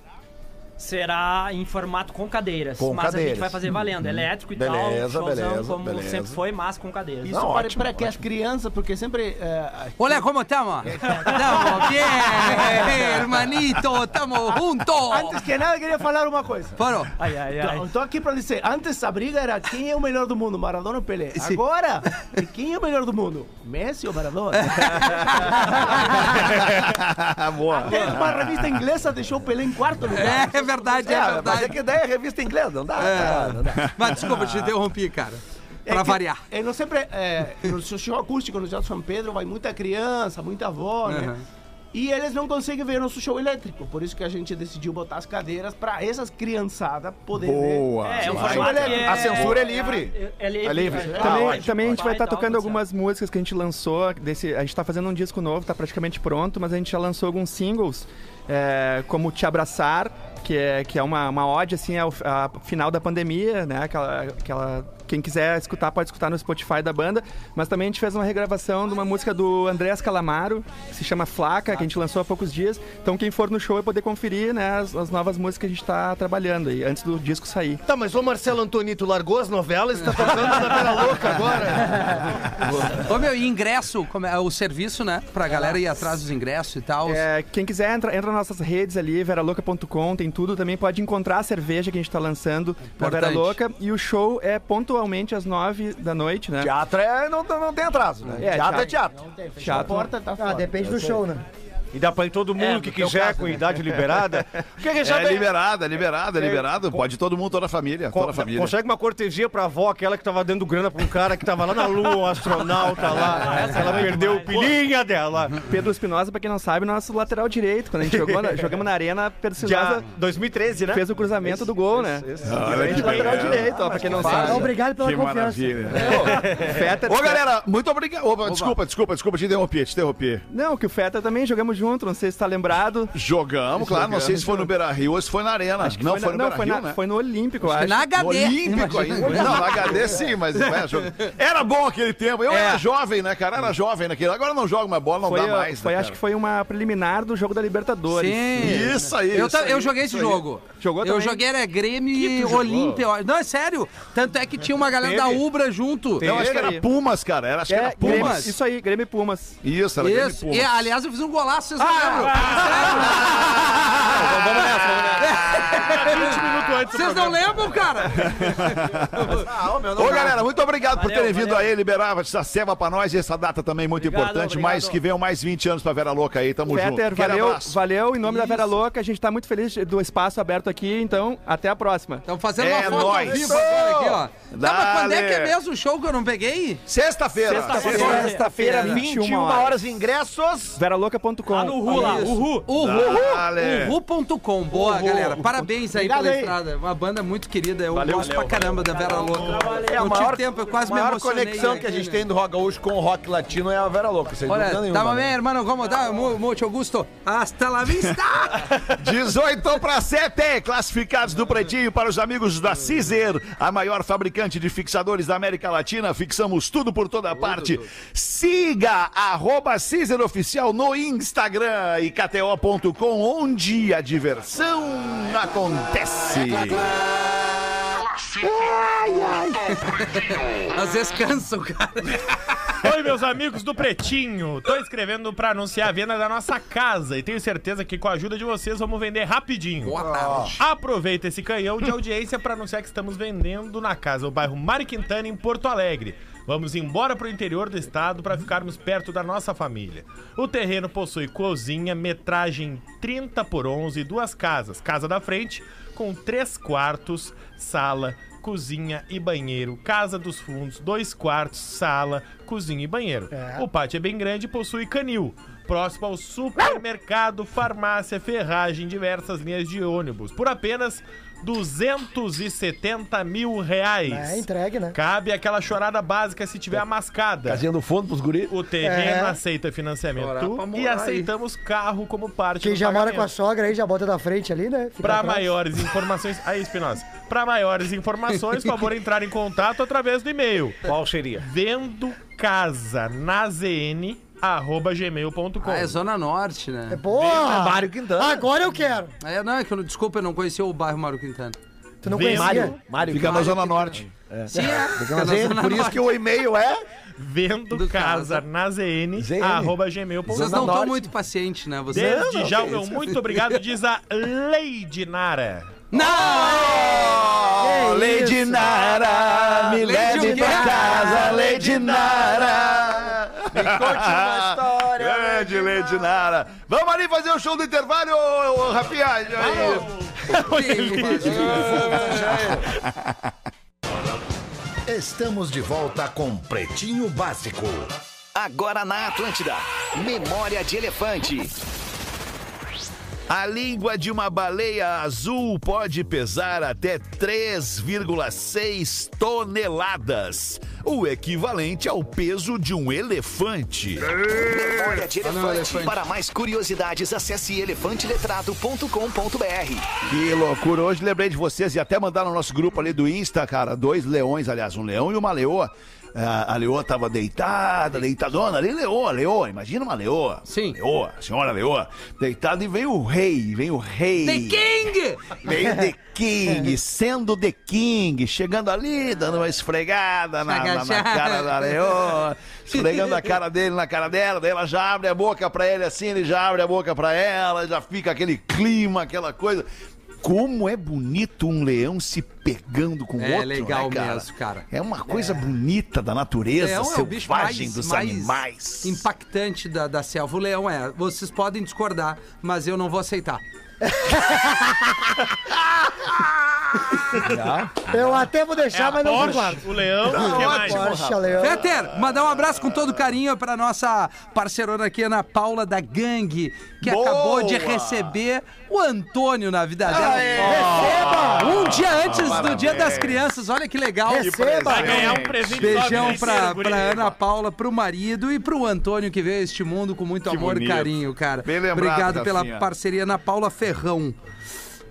Speaker 7: Será em formato com cadeiras.
Speaker 12: Com
Speaker 7: mas a
Speaker 12: cadeiras.
Speaker 7: gente vai fazer valendo, elétrico e
Speaker 12: Beleza,
Speaker 7: tal. showzão,
Speaker 12: beleza,
Speaker 7: como
Speaker 12: beleza.
Speaker 7: sempre foi, mas com cadeiras.
Speaker 4: Isso para, para que as crianças, porque sempre. eh,
Speaker 9: Hola, ¿cómo estamos? Estamos bien, hermanito, estamos
Speaker 4: Antes
Speaker 9: juntos.
Speaker 4: que nada, eu queria falar uma coisa.
Speaker 9: Bueno,
Speaker 7: Ai, ai, ai.
Speaker 4: Estou aqui para dizer, antes a briga era quem é o melhor do mundo, Maradona ou Pelé.
Speaker 9: Sim.
Speaker 4: Agora, e quem é o melhor do mundo? Messi ou Maradona?
Speaker 6: Boa.
Speaker 4: Até uma revista inglesa deixou o Pelé em quarto lugar.
Speaker 9: é verdade, é
Speaker 12: É, mas é
Speaker 9: verdade.
Speaker 12: que daí é revista inglesa, não dá. não dá, não dá.
Speaker 9: Mas desculpa, te interrompi, cara.
Speaker 4: É
Speaker 9: Pra
Speaker 4: que-
Speaker 9: variar.
Speaker 4: É, não sempre, é, no seu show acústico no Teatro São Pedro vai muita criança, muita avó, né?
Speaker 9: Uhum.
Speaker 4: E eles não conseguem ver nosso show elétrico, por isso que a gente decidiu botar as cadeiras para essas criançadas poderem ver.
Speaker 6: Boa.
Speaker 7: É, é um
Speaker 4: Vai.
Speaker 7: formato que é-
Speaker 12: A censura é livre.
Speaker 7: É, livre.
Speaker 12: É livre.
Speaker 7: é,
Speaker 10: Também,
Speaker 7: ótimo, então.
Speaker 10: também a gente vai estar
Speaker 7: e tal,
Speaker 10: tocando
Speaker 7: tudo certo.
Speaker 10: algumas músicas que a gente lançou. Desse, a gente tá fazendo um disco novo, tá praticamente pronto, mas a gente já lançou alguns singles, é, como Te Abraçar, que é, que é uma, uma ode, assim, ao a final da pandemia, né? Aquela, aquela. Quem quiser escutar, pode escutar no Spotify da banda. Mas também a gente fez uma regravação de uma música do Andrés Calamaro, que se chama Flaca, que a gente lançou há poucos dias. Então quem for no show vai poder conferir né, as, as novas músicas que a gente tá trabalhando aí, antes do disco sair.
Speaker 13: Tá, mas ô Marcelo Antonito largou as novelas e tá tocando na novela louca agora.
Speaker 9: Ô meu, e ingresso, como é, o serviço, né? Pra galera ir atrás dos ingressos e tal.
Speaker 10: É, quem quiser, entra, entra nas nossas redes ali, veralouca.com, tem tudo. Também pode encontrar a cerveja que a gente tá lançando na
Speaker 9: Importante.
Speaker 10: Vera Louca. E o show é pontualmente às nove da noite, né?
Speaker 12: Teatro é, não, não tem atraso, né?
Speaker 10: É,
Speaker 12: teatro é
Speaker 10: teatro.
Speaker 12: teatro.
Speaker 4: Fechou a
Speaker 10: Teatro.
Speaker 4: porta, tá
Speaker 3: Ah,
Speaker 4: fora.
Speaker 3: depende do show, né?
Speaker 5: E dá pra ir todo
Speaker 7: É,
Speaker 5: mundo que quiser,
Speaker 7: né?
Speaker 5: com idade liberada. Porque a gente já
Speaker 6: É liberado, é liberado, é liberado. Pode todo mundo, toda a família. Toda a família.
Speaker 5: Consegue uma cortesia pra avó, aquela que tava dando grana pra um cara que tava lá na lua, um astronauta lá. Ela perdeu o pilinha dela.
Speaker 10: Pedro Espinosa, pra quem não sabe, nosso lateral direito. Quando a gente jogou, na- jogamos na arena, Pedro
Speaker 5: Já
Speaker 10: Espinosa
Speaker 5: 2013, né?
Speaker 10: fez o cruzamento do gol, né?
Speaker 6: Ah, Olha que
Speaker 10: Lateral
Speaker 3: é
Speaker 6: beleza.
Speaker 10: direito, ó, pra quem não sabe.
Speaker 3: Então, obrigado pela
Speaker 6: Que
Speaker 3: confiança.
Speaker 6: maravilha.
Speaker 10: Feta-
Speaker 6: Ô, galera, muito obrigado. Opa, Desculpa, desculpa, desculpa, te interrompi, te interrompi.
Speaker 10: Não, que o Feta também jogamos junto, não sei se tá lembrado.
Speaker 6: Jogamos, claro, não sei se foi no Beira Rio ou se foi na Arena. não, foi
Speaker 10: na-
Speaker 6: no
Speaker 10: não,
Speaker 6: Beira
Speaker 10: foi,
Speaker 6: Rio,
Speaker 10: na-
Speaker 6: né?
Speaker 10: foi no Olímpico, eu acho.
Speaker 9: na
Speaker 6: No
Speaker 9: HD.
Speaker 6: Olímpico
Speaker 9: imagina.
Speaker 6: ainda. Não, na HD sim, mas ué, jogo. era bom aquele tempo. Eu
Speaker 3: É.
Speaker 6: era jovem, né, cara? Era jovem naquele. Agora não jogo mais bola, não
Speaker 10: Foi,
Speaker 6: dá mais.
Speaker 10: foi
Speaker 6: né,
Speaker 10: acho que
Speaker 6: cara?
Speaker 10: foi uma preliminar do jogo da Libertadores.
Speaker 9: Sim.
Speaker 6: Isso aí.
Speaker 9: Eu,
Speaker 6: isso
Speaker 9: ta- eu
Speaker 6: aí,
Speaker 9: joguei esse
Speaker 6: isso aí.
Speaker 9: jogo.
Speaker 10: Jogou
Speaker 9: Eu
Speaker 10: também?
Speaker 9: joguei era Grêmio e Olímpia. eu acho. Não, é sério. Tanto é que tinha uma galera da Ubra junto.
Speaker 6: Não, acho que
Speaker 10: Ele
Speaker 6: era
Speaker 10: aí.
Speaker 6: Pumas, cara. Era, acho que
Speaker 10: É,
Speaker 6: era
Speaker 10: Grêmio-
Speaker 6: Pumas.
Speaker 10: isso aí, Grêmio e Pumas.
Speaker 6: Isso, era Grêmio
Speaker 9: Isso.
Speaker 6: Pumas.
Speaker 9: E, aliás, eu fiz um golaço, vocês não lembram.
Speaker 12: Ah! Vamos nessa, vamos nessa.
Speaker 5: É,
Speaker 9: Vocês não lembram, cara?
Speaker 12: Ah, ô, meu, não
Speaker 6: Ô,
Speaker 12: dá.
Speaker 6: galera, muito obrigado por
Speaker 7: Valeu,
Speaker 6: terem vindo
Speaker 7: valeu.
Speaker 6: aí, liberava essa ceva pra nós. Essa data também muito
Speaker 7: Obrigado,
Speaker 6: importante.
Speaker 7: obrigado.
Speaker 6: Mais que venham mais 20 anos pra Vera Louca aí. Tamo junto.
Speaker 10: Peter,
Speaker 6: Aquele
Speaker 10: valeu,
Speaker 6: abraço.
Speaker 10: valeu. Em nome da Vera Louca, a gente tá muito feliz do espaço aberto aqui, então até a próxima.
Speaker 9: Estão fazendo
Speaker 6: É
Speaker 9: uma foto
Speaker 6: nóis.
Speaker 9: ao vivo agora aqui, ó. Tá, mas quando é
Speaker 6: Dale.
Speaker 9: que é mesmo o show que eu não peguei?
Speaker 6: Sexta-feira.
Speaker 12: Tá Sexta-feira, 21 horas. ingressos.
Speaker 10: Veralouca.com.
Speaker 7: Lá no Rula,
Speaker 9: Isso.
Speaker 7: Uhu.
Speaker 9: Uhu.
Speaker 6: Dale.
Speaker 9: Uhu.com. Boa, galera. Parabéns aí pela
Speaker 4: Obrigado aí.
Speaker 9: estrada. Moçada, uma banda muito querida. Eu
Speaker 14: Valeu,
Speaker 9: gosto
Speaker 14: valeu,
Speaker 9: pra caramba da Vera Louca.
Speaker 5: É a
Speaker 9: Não
Speaker 5: maior,
Speaker 9: tive tempo, eu quase me
Speaker 4: Tá,
Speaker 5: maior
Speaker 9: emocionei
Speaker 5: conexão que a
Speaker 9: aqui,
Speaker 5: gente
Speaker 9: né?
Speaker 5: tem do rock gaúcho com o rock latino é a Vera Louca, sem
Speaker 9: Olha,
Speaker 4: tá
Speaker 5: dúvida nenhuma.
Speaker 9: tamo
Speaker 5: né?
Speaker 9: bem, hermano, como tá? Mu- Muito Augusto. Hasta la vista!
Speaker 6: 18 para 7, classificados do Pretinho para os amigos da Cizer, a maior fabricante de fixadores da América Latina. Fixamos tudo por toda parte. Siga arroba Cizer Oficial no Instagram e KTO.com, onde a diversão acontece.
Speaker 9: Às vezes cansam, cara.
Speaker 7: Oi, meus amigos do Pretinho. Tô escrevendo pra anunciar a venda da nossa casa e tenho certeza que com a ajuda de vocês vamos vender rapidinho. Ah.
Speaker 9: Boa tarde.
Speaker 7: Aproveita esse canhão de audiência para anunciar que estamos vendendo na casa, o bairro Mário Quintana, em Porto Alegre. Vamos embora para o interior do estado para ficarmos perto da nossa família. O terreno possui cozinha, metragem 30 por 11 e duas casas. Casa da frente com três quartos, sala, cozinha e banheiro. Casa dos fundos, dois quartos, sala, cozinha e banheiro. O pátio é bem grande e possui canil próximo ao supermercado, farmácia, ferragem, diversas linhas de ônibus, por apenas 270 mil reais.
Speaker 4: É, entregue, né?
Speaker 7: Cabe aquela chorada básica se tiver a mascada.
Speaker 5: É. Casinha do fundo pros guris.
Speaker 7: O terreno
Speaker 4: É.
Speaker 7: aceita financiamento
Speaker 5: pra morar
Speaker 7: e aceitamos carro como parte
Speaker 4: Quem
Speaker 7: do
Speaker 4: já mora com a
Speaker 7: pagamento.
Speaker 4: sogra aí já bota da frente ali, né? Fica
Speaker 7: Para
Speaker 4: atrás.
Speaker 7: maiores informações... Aí, Espinosa. Para maiores informações, favor entrar em contato através do e-mail.
Speaker 14: Qual seria?
Speaker 7: Vendo casa na ZN, arroba gmail.com.
Speaker 9: Ah, é Zona Norte,
Speaker 5: É
Speaker 9: né?
Speaker 4: Porra!
Speaker 5: Mário Quintana.
Speaker 4: Agora eu quero.
Speaker 9: É, não, é que eu não, desculpa, eu não conhecia o bairro Mário Quintana.
Speaker 4: Tu não
Speaker 7: Vem,
Speaker 4: conhecia?
Speaker 5: Mário. Mário
Speaker 6: Fica na
Speaker 5: Quintana.
Speaker 6: Zona Norte.
Speaker 9: Sim, é.
Speaker 5: Fica na Zona Por isso que o e-mail é.
Speaker 7: Vendo
Speaker 9: Do casa.
Speaker 7: casa na ZN,
Speaker 5: ZN.
Speaker 7: arroba gmail.com.
Speaker 9: Vocês não
Speaker 5: Zona
Speaker 9: estão
Speaker 5: Norte.
Speaker 9: muito pacientes, né? Vocês.
Speaker 7: Desde já, o meu muito obrigado, diz a Lady Nara.
Speaker 9: Não!
Speaker 6: Oh, Lady Nara, me
Speaker 9: Lady
Speaker 6: leve
Speaker 9: o quê?
Speaker 6: pra casa, Lady Nara. Me
Speaker 5: conte uma história,
Speaker 6: Grande Lady Nara. Vamos ali fazer o show do intervalo, ô, ô, Rafinha.
Speaker 3: Estamos de volta com Pretinho Básico.
Speaker 15: Agora na Atlântida. Memória de Elefante.
Speaker 6: A língua de uma baleia azul pode pesar até 3,6 toneladas, o equivalente ao peso de um elefante.
Speaker 15: Memória de Elefante. Para mais curiosidades, acesse elefanteletrado.com.br.
Speaker 6: Que loucura! Hoje lembrei de vocês e até mandaram no nosso grupo ali do Insta, cara, dois leões, aliás, um leão e uma leoa. Ah, a leoa tava deitada, deitadona, ali leoa, leoa, imagina uma leoa.
Speaker 9: Sim.
Speaker 6: Leoa, senhora leoa, deitada e vem o rei, vem o rei.
Speaker 9: The King!
Speaker 6: Veio The King, sendo The King, chegando ali, dando uma esfregada na, na- na cara da leoa, esfregando a cara dele na cara dela, daí ela já abre a boca pra ele assim, ele já abre a boca pra ela, já fica aquele clima, aquela coisa. Como é bonito um leão se pegando com o
Speaker 9: É
Speaker 6: outro,
Speaker 9: legal
Speaker 6: né, cara?
Speaker 9: mesmo, cara.
Speaker 6: É uma coisa bonita da natureza
Speaker 9: É,
Speaker 6: selvagem dos animais.
Speaker 9: impactante da, da selva. O leão é. Vocês podem discordar, mas eu não vou aceitar.
Speaker 4: Eu até vou deixar, mas não vou guardar.
Speaker 7: É Porsche, o leão, o que mais?
Speaker 4: Poxa, Leão.
Speaker 9: Peter, mandar um abraço com todo carinho pra nossa parceirona aqui, Ana Paula da Gangue, que acabou de receber o Antônio na vida dela.
Speaker 4: Receba!
Speaker 9: Um dia antes do Dia das Crianças, olha que legal.
Speaker 4: Receba!
Speaker 7: Vai ganhar um presente
Speaker 9: Beijão pra, pra
Speaker 7: Ana
Speaker 9: Ana Paula, pro marido e pro Antônio que veio a este mundo com muito amor e
Speaker 6: bonito.
Speaker 9: carinho, cara.
Speaker 6: Bem lembrado,
Speaker 9: Obrigado pela
Speaker 6: Rafinha.
Speaker 9: parceria Ana Paula Ferrão.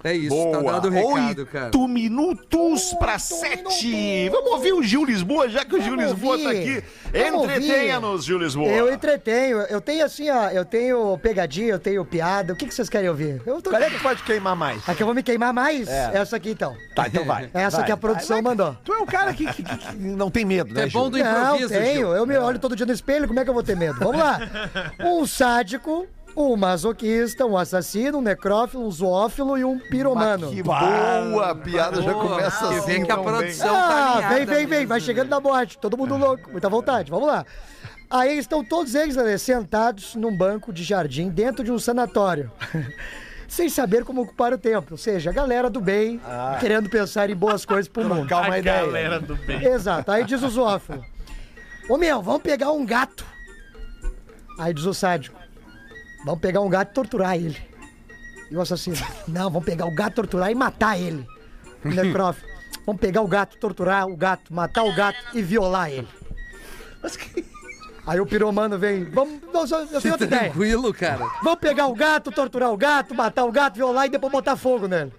Speaker 9: É isso, tá dado o recado, cara.
Speaker 6: Oito minutos para sete. Vamos ouvir o Gil Lisboa, já que o Gil
Speaker 4: Vamos
Speaker 6: Lisboa tá
Speaker 4: ouvir.
Speaker 6: aqui.
Speaker 4: Vamos ouvir.
Speaker 6: Entretenha-nos, Gil Lisboa.
Speaker 4: Eu
Speaker 5: então,
Speaker 4: entretenho, eu tenho assim, ó, eu tenho pegadinha, eu tenho piada. O que, que vocês querem ouvir? Eu tô...
Speaker 5: Qual é que pode queimar mais?
Speaker 4: Aqui eu vou me queimar mais?
Speaker 5: É.
Speaker 4: Essa aqui então.
Speaker 5: Tá, então vai.
Speaker 4: Essa
Speaker 5: vai,
Speaker 4: que a
Speaker 5: vai,
Speaker 4: produção
Speaker 5: vai.
Speaker 4: mandou.
Speaker 5: Tu é um cara que, que- que- que não tem medo, né?
Speaker 9: É bom
Speaker 5: Gil?
Speaker 9: do
Speaker 4: Não,
Speaker 9: improviso,
Speaker 4: tenho.
Speaker 9: Gil.
Speaker 4: Eu me olho todo dia no espelho, como é que eu vou ter medo? Vamos lá. Um sádico, um masoquista, um assassino, um necrófilo, um zoófilo e um piromano.
Speaker 6: Que boa a piada, já
Speaker 9: Boa,
Speaker 6: começa
Speaker 9: que
Speaker 6: assim
Speaker 9: vem que a
Speaker 6: tão bem.
Speaker 9: produção tá
Speaker 4: Ah,
Speaker 9: alinhada
Speaker 4: vem, vem, vem. Vai
Speaker 9: mesmo,
Speaker 4: chegando
Speaker 9: né?
Speaker 4: na boate. Todo mundo louco. Muita vontade. Vamos lá. Aí estão todos eles né, sentados num banco de jardim dentro de um sanatório. Sem saber como ocupar o tempo. Ou seja, a galera do bem querendo pensar em boas coisas pro mundo.
Speaker 5: Trocar uma ideia. né?
Speaker 7: Galera do bem.
Speaker 4: Exato. Aí diz o zoófilo. Ô meu, vamos pegar um gato. Aí diz o sádico. Vamos pegar um gato e torturar ele. E o assassino. Não, vamos pegar o gato, torturar e matar ele.
Speaker 10: necrófilo. Vamos pegar o gato, torturar o gato, matar o gato e violar ele. Aí o piromano vem, vamos, não, eu- eu tenho outra ideia.
Speaker 9: Tranquilo, cara.
Speaker 10: Vamos pegar o gato, torturar o gato, matar o gato, violar e depois botar fogo nele.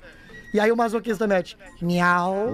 Speaker 10: E aí o masoquista mete, miau.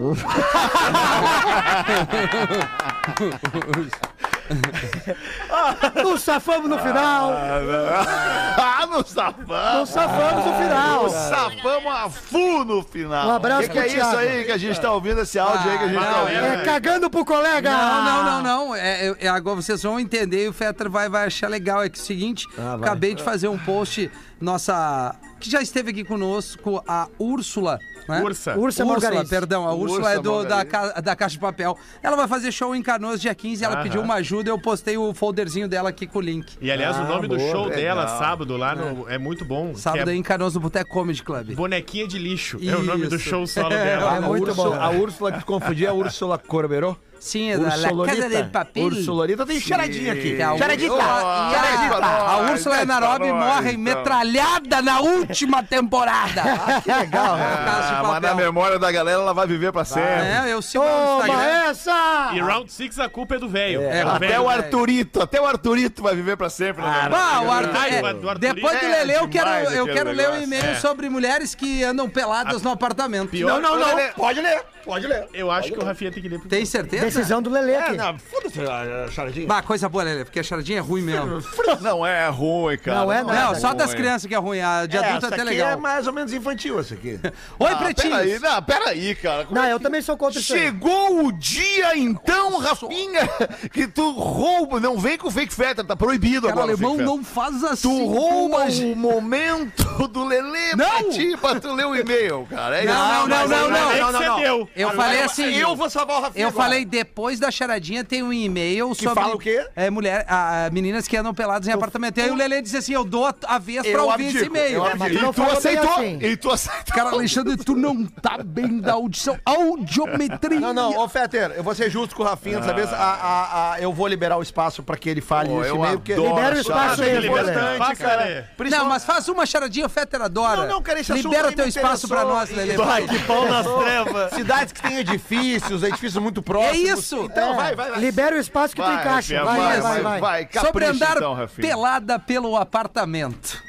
Speaker 10: Nos safamos no final.
Speaker 6: Ah, não safamos.
Speaker 10: Nos safamos no final.
Speaker 6: Nos safamos a full no final.
Speaker 10: Um
Speaker 6: que,
Speaker 10: abraço
Speaker 6: que é
Speaker 10: pro Thiago.
Speaker 6: isso aí que a gente tá ouvindo, esse áudio aí que a gente tá ouvindo?
Speaker 10: É cagando pro colega.
Speaker 9: Não, não, não, não. É, é- é, agora vocês vão entender e o Fetter vai, vai achar legal. É que é o seguinte,
Speaker 4: vai.
Speaker 9: acabei de fazer um post, nossa. que já esteve aqui conosco, a Úrsula. Né?
Speaker 7: Ursa.
Speaker 10: Ursa Margarida.
Speaker 9: perdão. A Úrsula,
Speaker 6: Ursa
Speaker 9: é do, da,
Speaker 6: Margarida.
Speaker 9: ca- da Caixa de Papel. Ela vai fazer show em Canoas dia 15. Ela pediu uma ajuda. Eu postei o folderzinho dela aqui com o link.
Speaker 7: E aliás, o nome do
Speaker 6: boa,
Speaker 7: show
Speaker 6: legal.
Speaker 7: dela, sábado, lá no, é muito bom. que
Speaker 9: Sábado
Speaker 7: é
Speaker 9: aí em Canoas do Boteco Comedy Club.
Speaker 7: Bonequinha de lixo. É o nome do
Speaker 9: Isso.
Speaker 7: show solo
Speaker 9: É,
Speaker 7: dela. né?
Speaker 4: a,
Speaker 10: muito
Speaker 4: Úrsula-
Speaker 10: bom.
Speaker 4: a Úrsula que tu confundia é a Úrsula Corberó?
Speaker 9: Sim, é da La Casa
Speaker 4: Ursulonita.
Speaker 9: de tá Papel.
Speaker 4: Ursulonita tem charadinha aqui.
Speaker 9: Que a Úrsula-
Speaker 6: Ah,
Speaker 9: e a-
Speaker 6: é pra nós,
Speaker 9: A Úrsula
Speaker 6: é pra
Speaker 9: Enarobi
Speaker 6: nós,
Speaker 9: morre
Speaker 6: então.
Speaker 9: metralhada na última temporada. que legal. né?
Speaker 6: Ah, mas na memória da galera ela vai viver pra sempre.
Speaker 9: É, eu sigo ela no
Speaker 10: Toma
Speaker 9: Instagram.
Speaker 10: essa!
Speaker 7: E Round 6, a culpa é do velho.
Speaker 9: É,
Speaker 7: o
Speaker 9: até
Speaker 7: velho.
Speaker 6: Até o Arthurito, até o Arthurito vai viver pra sempre. né, galera?
Speaker 9: Bah, o Arthur-
Speaker 7: Ai,
Speaker 9: é,
Speaker 7: o Arthur-
Speaker 9: depois do
Speaker 6: é
Speaker 9: Lele, eu quero,
Speaker 6: demais
Speaker 9: eu
Speaker 6: aquele
Speaker 9: quero ler um
Speaker 6: negócio,
Speaker 9: e-mail
Speaker 7: é.
Speaker 9: sobre mulheres que andam peladas no apartamento.
Speaker 6: não,
Speaker 7: Pior-
Speaker 6: não, não.
Speaker 4: Pode ler, pode ler.
Speaker 7: Eu acho que o Rafinha tem que ler pro
Speaker 9: Tem certeza?
Speaker 10: Decisão do
Speaker 7: É,
Speaker 10: Lelê aqui.
Speaker 4: Não, foda-se a a charadinha.
Speaker 9: Bah, coisa boa, Lelê, porque a charadinha é ruim mesmo.
Speaker 6: Não é ruim, cara.
Speaker 10: Não é
Speaker 9: Não,
Speaker 10: nada.
Speaker 9: só das crianças que é ruim, a de adulto é
Speaker 4: essa
Speaker 9: até
Speaker 4: aqui
Speaker 9: legal.
Speaker 4: é mais ou menos infantil, essa aqui.
Speaker 9: Oi,
Speaker 6: Ah, peraí,
Speaker 9: pretinhos!
Speaker 6: não, peraí, cara. Como
Speaker 10: Não,
Speaker 6: é
Speaker 10: eu
Speaker 6: que-
Speaker 10: também sou contra isso. aí.
Speaker 6: Chegou o dia, então, Rafinha, que tu rouba. Não vem com fake feta, tá proibido
Speaker 9: Cara,
Speaker 6: agora. o
Speaker 9: alemão
Speaker 6: fake feta.
Speaker 9: não faz assim.
Speaker 6: Tu rouba
Speaker 9: gente.
Speaker 6: o momento do Lelê pra
Speaker 9: Não!
Speaker 6: ti, pra tu ler o e-mail, cara. É isso.
Speaker 9: Não, não,
Speaker 6: mas-
Speaker 9: não, não, não.
Speaker 7: não, não, não.
Speaker 9: Eu falei assim.
Speaker 4: Eu vou salvar
Speaker 5: É
Speaker 4: o Rafinha.
Speaker 9: Eu
Speaker 4: agora.
Speaker 9: falei, depois da charadinha tem um e-mail sobre.
Speaker 4: fala o quê?
Speaker 9: É, mulher, a- a meninas que andam peladas em apartamento. E aí o Lelê disse assim: eu dou a, a vez pra ouvir esse e-mail.
Speaker 10: abdico.
Speaker 6: E
Speaker 10: Não
Speaker 6: tu
Speaker 10: fala bem
Speaker 6: aceitou.
Speaker 10: assim.
Speaker 6: E tu aceitou.
Speaker 9: Cara, Alexandre, tu não tá bem da audição. Audiometria.
Speaker 4: Não, não, ô Fetter, eu vou ser justo com o Rafinha dessa vez. A, a- a- eu vou liberar o espaço pra que ele fale
Speaker 6: Pô,
Speaker 4: esse
Speaker 6: eu
Speaker 4: e-mail. Porque...
Speaker 6: adoro
Speaker 10: Libera o
Speaker 6: charadinha.
Speaker 10: espaço aí,
Speaker 7: Tem
Speaker 10: Lelê.
Speaker 7: bastante, cara.
Speaker 9: Não, mas faz uma charadinha, o Fetter adora.
Speaker 4: Não, não, cara, esse assunto
Speaker 9: Libera
Speaker 4: aí
Speaker 9: teu
Speaker 4: me
Speaker 9: espaço pra
Speaker 4: interessou
Speaker 9: nós,
Speaker 4: e-
Speaker 9: Lelê.
Speaker 4: Vai,
Speaker 5: Que pau nas trevas.
Speaker 4: Cidades que têm edifícios, edifícios muito próximos.
Speaker 9: É isso.
Speaker 4: Então, vai, vai, vai.
Speaker 10: Libera o espaço que tu encaixa.
Speaker 6: Rafinha,
Speaker 10: Vai, vai, vai. vai.
Speaker 6: Capricha
Speaker 9: Sobre andar
Speaker 6: então, Rafinha.
Speaker 9: pelada pelo apartamento.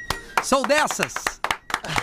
Speaker 9: Sou dessas.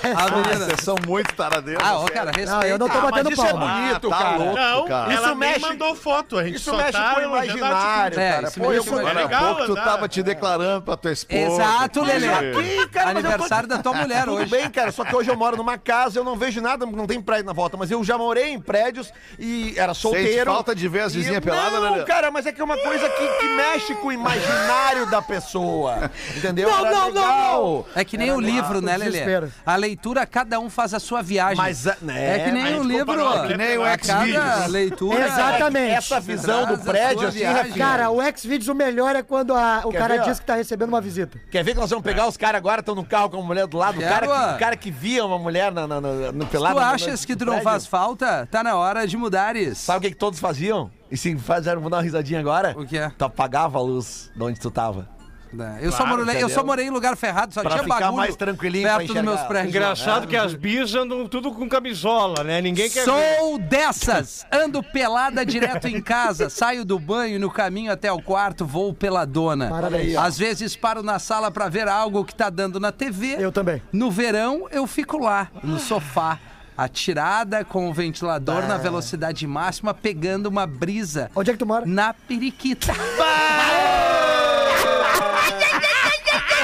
Speaker 9: A menina.
Speaker 6: Vocês são muito taradeiros.
Speaker 9: Ah, ó, cara, respeita.
Speaker 10: Não, eu não tô
Speaker 4: Ah,
Speaker 10: batendo
Speaker 4: mas isso é
Speaker 10: palma.
Speaker 4: bonito,
Speaker 6: tá
Speaker 4: cara.
Speaker 6: louco.
Speaker 7: Não,
Speaker 6: cara.
Speaker 7: ela
Speaker 4: Isso
Speaker 7: nem
Speaker 4: mexe-
Speaker 7: mandou foto. A gente
Speaker 4: Isso
Speaker 7: só
Speaker 4: mexe
Speaker 7: tá
Speaker 4: com o
Speaker 7: elogiando a
Speaker 4: imaginário,
Speaker 9: É,
Speaker 4: cara.
Speaker 9: isso
Speaker 4: Pô, eu
Speaker 9: mexe com o
Speaker 4: quando-
Speaker 6: Agora há
Speaker 7: legal
Speaker 6: pouco tu
Speaker 7: andar.
Speaker 6: tava te declarando pra tua esposa.
Speaker 9: Exato,
Speaker 6: pra ti.
Speaker 9: Lelê.
Speaker 4: Aqui, cara, mas eu tô-
Speaker 9: Aniversário da tua mulher
Speaker 4: Tudo
Speaker 9: hoje.
Speaker 4: bem, cara, só que hoje eu moro numa casa, eu não vejo nada, não tem prédio na volta, mas eu já morei em prédios e era solteiro.
Speaker 6: falta de ver as
Speaker 4: e-
Speaker 6: vizinhas peladas, né,
Speaker 4: Não,
Speaker 6: Lelê?
Speaker 4: cara, mas é que é uma coisa que, que mexe com o imaginário da pessoa, entendeu?
Speaker 9: Não,
Speaker 4: Era
Speaker 9: não, não,
Speaker 4: legal.
Speaker 9: não. É que nem o livro, né, Lelê?
Speaker 10: desespero.
Speaker 9: A leitura, cada um faz a sua viagem.
Speaker 4: Mas, a- né,
Speaker 9: É que nem
Speaker 7: aí
Speaker 9: o
Speaker 7: tu
Speaker 9: livro.
Speaker 7: comparou, é que nem o
Speaker 9: a
Speaker 6: Xvideos.
Speaker 9: Cada leitura.
Speaker 10: Exatamente.
Speaker 4: Essa visão
Speaker 9: Traz
Speaker 4: do
Speaker 9: a
Speaker 4: prédio,
Speaker 9: sua
Speaker 4: assim,
Speaker 9: viagem.
Speaker 4: Rafinha.
Speaker 10: Cara, o Xvideos, o melhor é quando a- o
Speaker 4: Quer
Speaker 10: cara
Speaker 4: ver, ó?
Speaker 10: diz que tá recebendo uma visita.
Speaker 4: Quer ver que nós vamos pegar os caras agora, estão no carro com a mulher do lado, o
Speaker 9: Quero,
Speaker 4: cara, que,
Speaker 9: ó.
Speaker 4: o cara que via uma mulher na, na, na, no pelado.
Speaker 9: Tu
Speaker 4: na- na-
Speaker 9: achas que
Speaker 4: no
Speaker 9: tu não
Speaker 4: prédio?
Speaker 9: faz falta? Tá na hora de mudares.
Speaker 4: Sabe o que, que todos faziam? E se fizeram, vou dar uma risadinha agora?
Speaker 9: O que é?
Speaker 4: Tu apagava a luz de onde tu tava.
Speaker 9: Né? Eu, só morei, eu só morei em lugar ferrado, só
Speaker 4: Pra
Speaker 9: tinha
Speaker 4: ficar
Speaker 9: bagulho
Speaker 4: mais tranquilinho, pra
Speaker 9: perto dos meus
Speaker 4: enxergar.
Speaker 9: prédios.
Speaker 5: Engraçado que as bichas andam tudo com camisola, né? Ninguém quer ver.
Speaker 9: Sou dessas! Ando pelada direto em casa, saio do banho e no caminho até o quarto vou peladona.
Speaker 10: Parabéns.
Speaker 9: Às vezes paro na sala pra ver algo que tá dando na TV.
Speaker 10: Eu também.
Speaker 9: No verão eu fico lá, no sofá. Atirada com o ventilador na velocidade máxima, pegando uma brisa
Speaker 10: Onde é que tu mora?
Speaker 9: na periquita.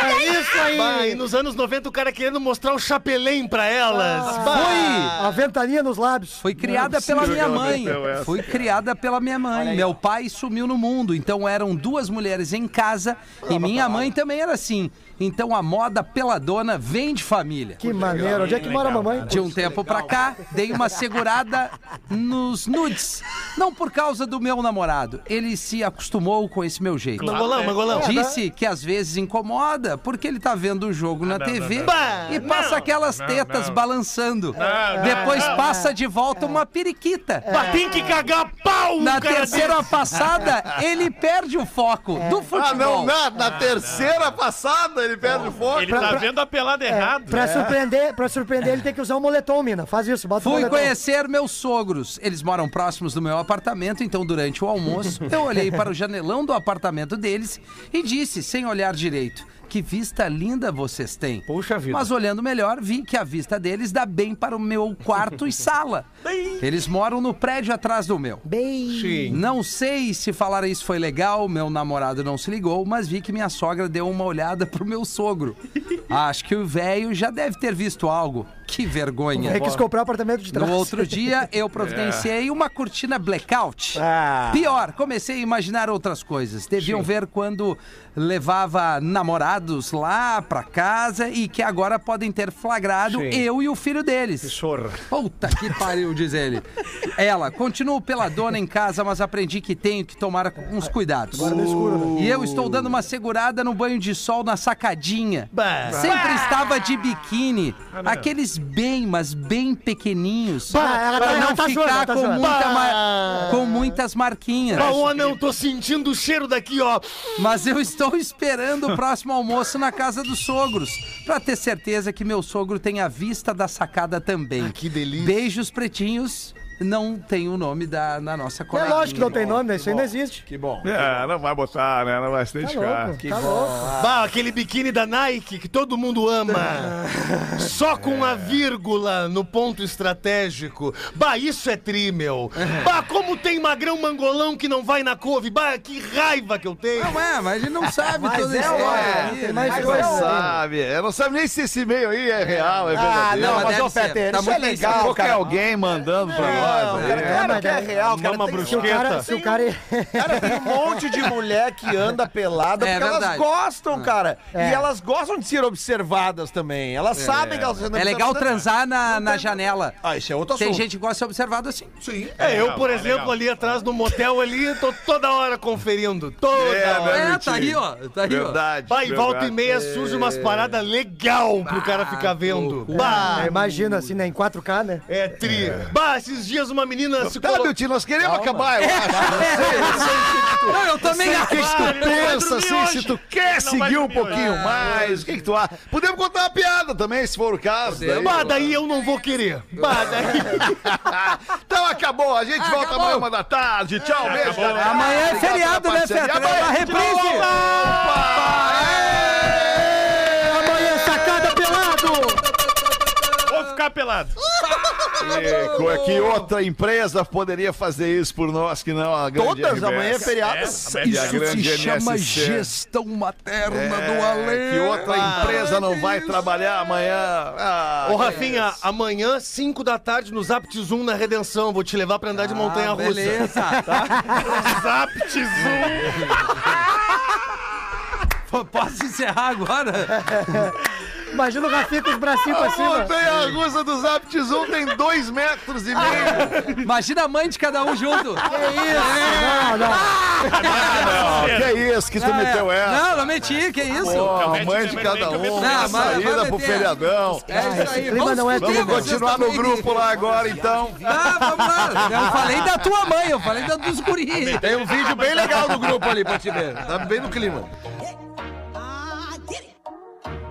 Speaker 10: É isso aí!
Speaker 16: Bah, e nos anos 90 o cara querendo mostrar o chapelém pra elas.
Speaker 6: Ah.
Speaker 9: Fui!
Speaker 10: A ventania nos lábios.
Speaker 9: Fui
Speaker 7: é
Speaker 9: criada pela minha mãe.
Speaker 7: então,
Speaker 9: Fui criada pela minha mãe. Meu pai sumiu no mundo, então eram duas mulheres em casa
Speaker 7: Ah,
Speaker 9: e minha mãe também era assim. Então a moda peladona vem de família.
Speaker 10: Que maneiro. Onde é que mora a mamãe?
Speaker 9: De um tempo pra cá, dei uma segurada nos nudes. Não por causa do meu namorado. Ele se acostumou com esse meu jeito.
Speaker 16: Mangolão, mangolão.
Speaker 9: Disse que às vezes incomoda porque ele tá vendo o jogo na
Speaker 7: Ah, não,
Speaker 9: TV
Speaker 7: não,
Speaker 9: e passa aquelas
Speaker 7: não,
Speaker 9: tetas
Speaker 7: não.
Speaker 9: balançando.
Speaker 7: não, É.
Speaker 9: Depois passa de volta uma periquita.
Speaker 16: Bah, tem que cagar
Speaker 9: pau! Na terceira passada, ele perde o foco do futebol.
Speaker 6: Ah, não, na, na terceira passada ele perde o foco.
Speaker 7: Ele tá vendo a pelada errado.
Speaker 10: Pra, surpreender, pra surpreender, ele tem que usar o moletom, mina. Faz isso, bota o
Speaker 9: Fui
Speaker 10: moletom.
Speaker 9: conhecer meus sogros. Eles moram próximos do meu apartamento, então durante o almoço eu olhei para o janelão do apartamento deles e disse, sem olhar direito, que vista linda vocês têm.
Speaker 17: Puxa vida.
Speaker 9: Mas olhando melhor, vi que a vista deles dá bem para o meu quarto e sala. Eles moram no prédio atrás do meu.
Speaker 10: Bem...
Speaker 9: Não sei se falar isso foi legal, meu namorado não se ligou, mas vi que minha sogra deu uma olhada pro meu sogro. Acho que o velho já deve ter visto algo. Que vergonha.
Speaker 17: é
Speaker 10: Ele quis comprar apartamento de trás.
Speaker 9: No outro dia, eu providenciei uma cortina blackout.
Speaker 10: Ah.
Speaker 9: Pior, comecei a imaginar outras coisas. Deviam ver quando levava namorados lá pra casa e que agora podem ter flagrado eu e o filho deles. Puta que pariu, diz ele. Ela, continuo pela dona em casa, mas aprendi que tenho que tomar uns cuidados. E eu estou dando uma segurada no banho de sol na sacadinha. Sempre estava de biquíni. Aqueles bem, mas bem pequeninhos.
Speaker 10: Bah, ela tá-
Speaker 9: Pra
Speaker 10: ela
Speaker 9: não
Speaker 10: tá zoando, ela
Speaker 9: ficar
Speaker 10: tá
Speaker 9: com
Speaker 10: zoando.
Speaker 9: muita
Speaker 10: Bah.
Speaker 9: mar- com muitas marquinhas.
Speaker 5: Paola, não, tô sentindo o cheiro daqui, ó.
Speaker 9: Mas eu estou esperando o próximo almoço na casa dos sogros, pra ter certeza que meu sogro tem a vista da sacada
Speaker 10: Ah,
Speaker 9: também.
Speaker 5: que delícia.
Speaker 9: Beijos pretinhos. Não tem o nome da, na nossa
Speaker 10: É
Speaker 9: coleguinha.
Speaker 10: lógico que não tem nome, né? Isso aí não existe.
Speaker 4: Que bom.
Speaker 6: É, não vai botar, né? Não vai se
Speaker 10: Tá
Speaker 6: identificar.
Speaker 10: louco, tá louco.
Speaker 5: Bah, aquele biquíni da Nike que todo mundo ama. Só com a vírgula no ponto estratégico. Bah, isso é trímel. Bah, como tem magrão mangolão que não vai na couve. Bah, que raiva que eu tenho.
Speaker 9: Não é, mas ele não sabe
Speaker 10: Mas
Speaker 9: toda a
Speaker 10: é,
Speaker 9: história.
Speaker 10: olha,
Speaker 9: aí,
Speaker 10: tem
Speaker 9: né?
Speaker 10: mais
Speaker 6: Mas
Speaker 10: coisa.
Speaker 6: não
Speaker 10: Pois é.
Speaker 6: sabe, eu não sabe nem se esse e-mail aí é real, é
Speaker 4: Ah,
Speaker 6: verdadeiro.
Speaker 4: não, mas,
Speaker 9: deve
Speaker 4: ô,
Speaker 9: ser.
Speaker 4: Peter,
Speaker 9: Tá
Speaker 4: isso é
Speaker 9: muito
Speaker 4: legal,
Speaker 6: Pô, que
Speaker 4: cara.
Speaker 6: alguém mandando pra nós. aí, né?
Speaker 10: É, mas
Speaker 4: que é
Speaker 10: daí-
Speaker 4: real, cara.
Speaker 17: Mama
Speaker 4: tem-
Speaker 10: Se o cara... Se o cara...
Speaker 4: Cara, tem um monte de mulher que anda pelada
Speaker 9: É
Speaker 4: porque elas
Speaker 9: verdade. Ah.
Speaker 4: gostam, cara.
Speaker 10: É.
Speaker 4: E elas gostam de ser observadas também. Elas sabem que elas sendo
Speaker 9: É legal transar na, na janela.
Speaker 4: Ah, isso é outro assunto.
Speaker 9: Tem gente que gosta de ser observado assim.
Speaker 5: É, eu, por exemplo, ali atrás no motel ali, tô toda hora conferindo. Toda
Speaker 6: É,
Speaker 5: hora.
Speaker 6: né?
Speaker 9: É, tá aí, ó. Tá aí, ó.
Speaker 6: Verdade.
Speaker 5: Bah, e volta e
Speaker 6: verdade.
Speaker 5: meia surge umas paradas legal pro cara ficar vendo. Bah,
Speaker 10: Ah, Imagina, assim, né? Em 4K, né?
Speaker 5: é tri. Bah, esses dias uma menina se
Speaker 6: Tá,
Speaker 5: colocou...
Speaker 6: Duti, nós queremos acabar, eu acho.
Speaker 9: Não, eu também é
Speaker 6: Sei o que, que tu
Speaker 9: acho.
Speaker 6: pensa, assim, se tu quer
Speaker 7: Não vai
Speaker 6: seguir um
Speaker 7: dormir hoje.
Speaker 5: é,
Speaker 6: pouquinho mais, o que, que tu acha? Podemos contar uma piada também, se for o caso. né? daí.
Speaker 5: Bah, daí eu não vou querer. Bah, daí...
Speaker 6: Então acabou, a gente volta amanhã, uma da
Speaker 4: É,
Speaker 6: tarde. Tchau, beijo,
Speaker 4: né?
Speaker 6: galera.
Speaker 9: Amanhã é
Speaker 6: Obrigado
Speaker 9: feriado,
Speaker 6: pela
Speaker 9: né,
Speaker 6: parceria.
Speaker 9: Fetra?
Speaker 6: Amanhã-
Speaker 9: Na reprise! é
Speaker 10: Amanhã, sacada pelado!
Speaker 7: Ou ficar pelado.
Speaker 6: Eco, é que outra empresa poderia fazer isso por nós que não a grande
Speaker 4: Todas,
Speaker 6: RBS.
Speaker 4: amanhã é feriado.
Speaker 6: E a grande NSC.
Speaker 9: materna
Speaker 6: É, que outra
Speaker 4: Ah,
Speaker 6: empresa não vai trabalhar amanhã. Ah,
Speaker 5: Ô, Rafinha, amanhã, 5 da tarde, no Zapt Zoom na Redenção. Vou te levar pra andar de montanha russa.
Speaker 9: É, Beleza. Pô, Posso encerrar agora?
Speaker 10: Imagina o Rafinha com os bracinhos pra
Speaker 6: A
Speaker 10: cima.
Speaker 6: montanha russa do Zapt Zoom tem dois metros e meio.
Speaker 9: Imagina a mãe de cada um junto. É.
Speaker 10: Não, não.
Speaker 6: Não, que isso que tu meteu essa?
Speaker 9: Não, não menti, que isso? É
Speaker 6: Pô,
Speaker 7: mete
Speaker 6: mãe de
Speaker 7: também,
Speaker 6: cada
Speaker 7: que eu
Speaker 6: um,
Speaker 7: meto
Speaker 6: na
Speaker 9: essa. Vai
Speaker 6: saída
Speaker 9: meter.
Speaker 6: pro feriadão.
Speaker 9: É isso aí.
Speaker 10: clima não é
Speaker 6: Vamos
Speaker 10: Sim, vocês
Speaker 6: continuar no grupo lá agora, então.
Speaker 9: Ah, vamos lá. Eu falei da tua mãe, eu falei da dos guris.
Speaker 4: Tem um vídeo bem legal no grupo ali pra te ver. Tá bem no clima.
Speaker 2: Ah,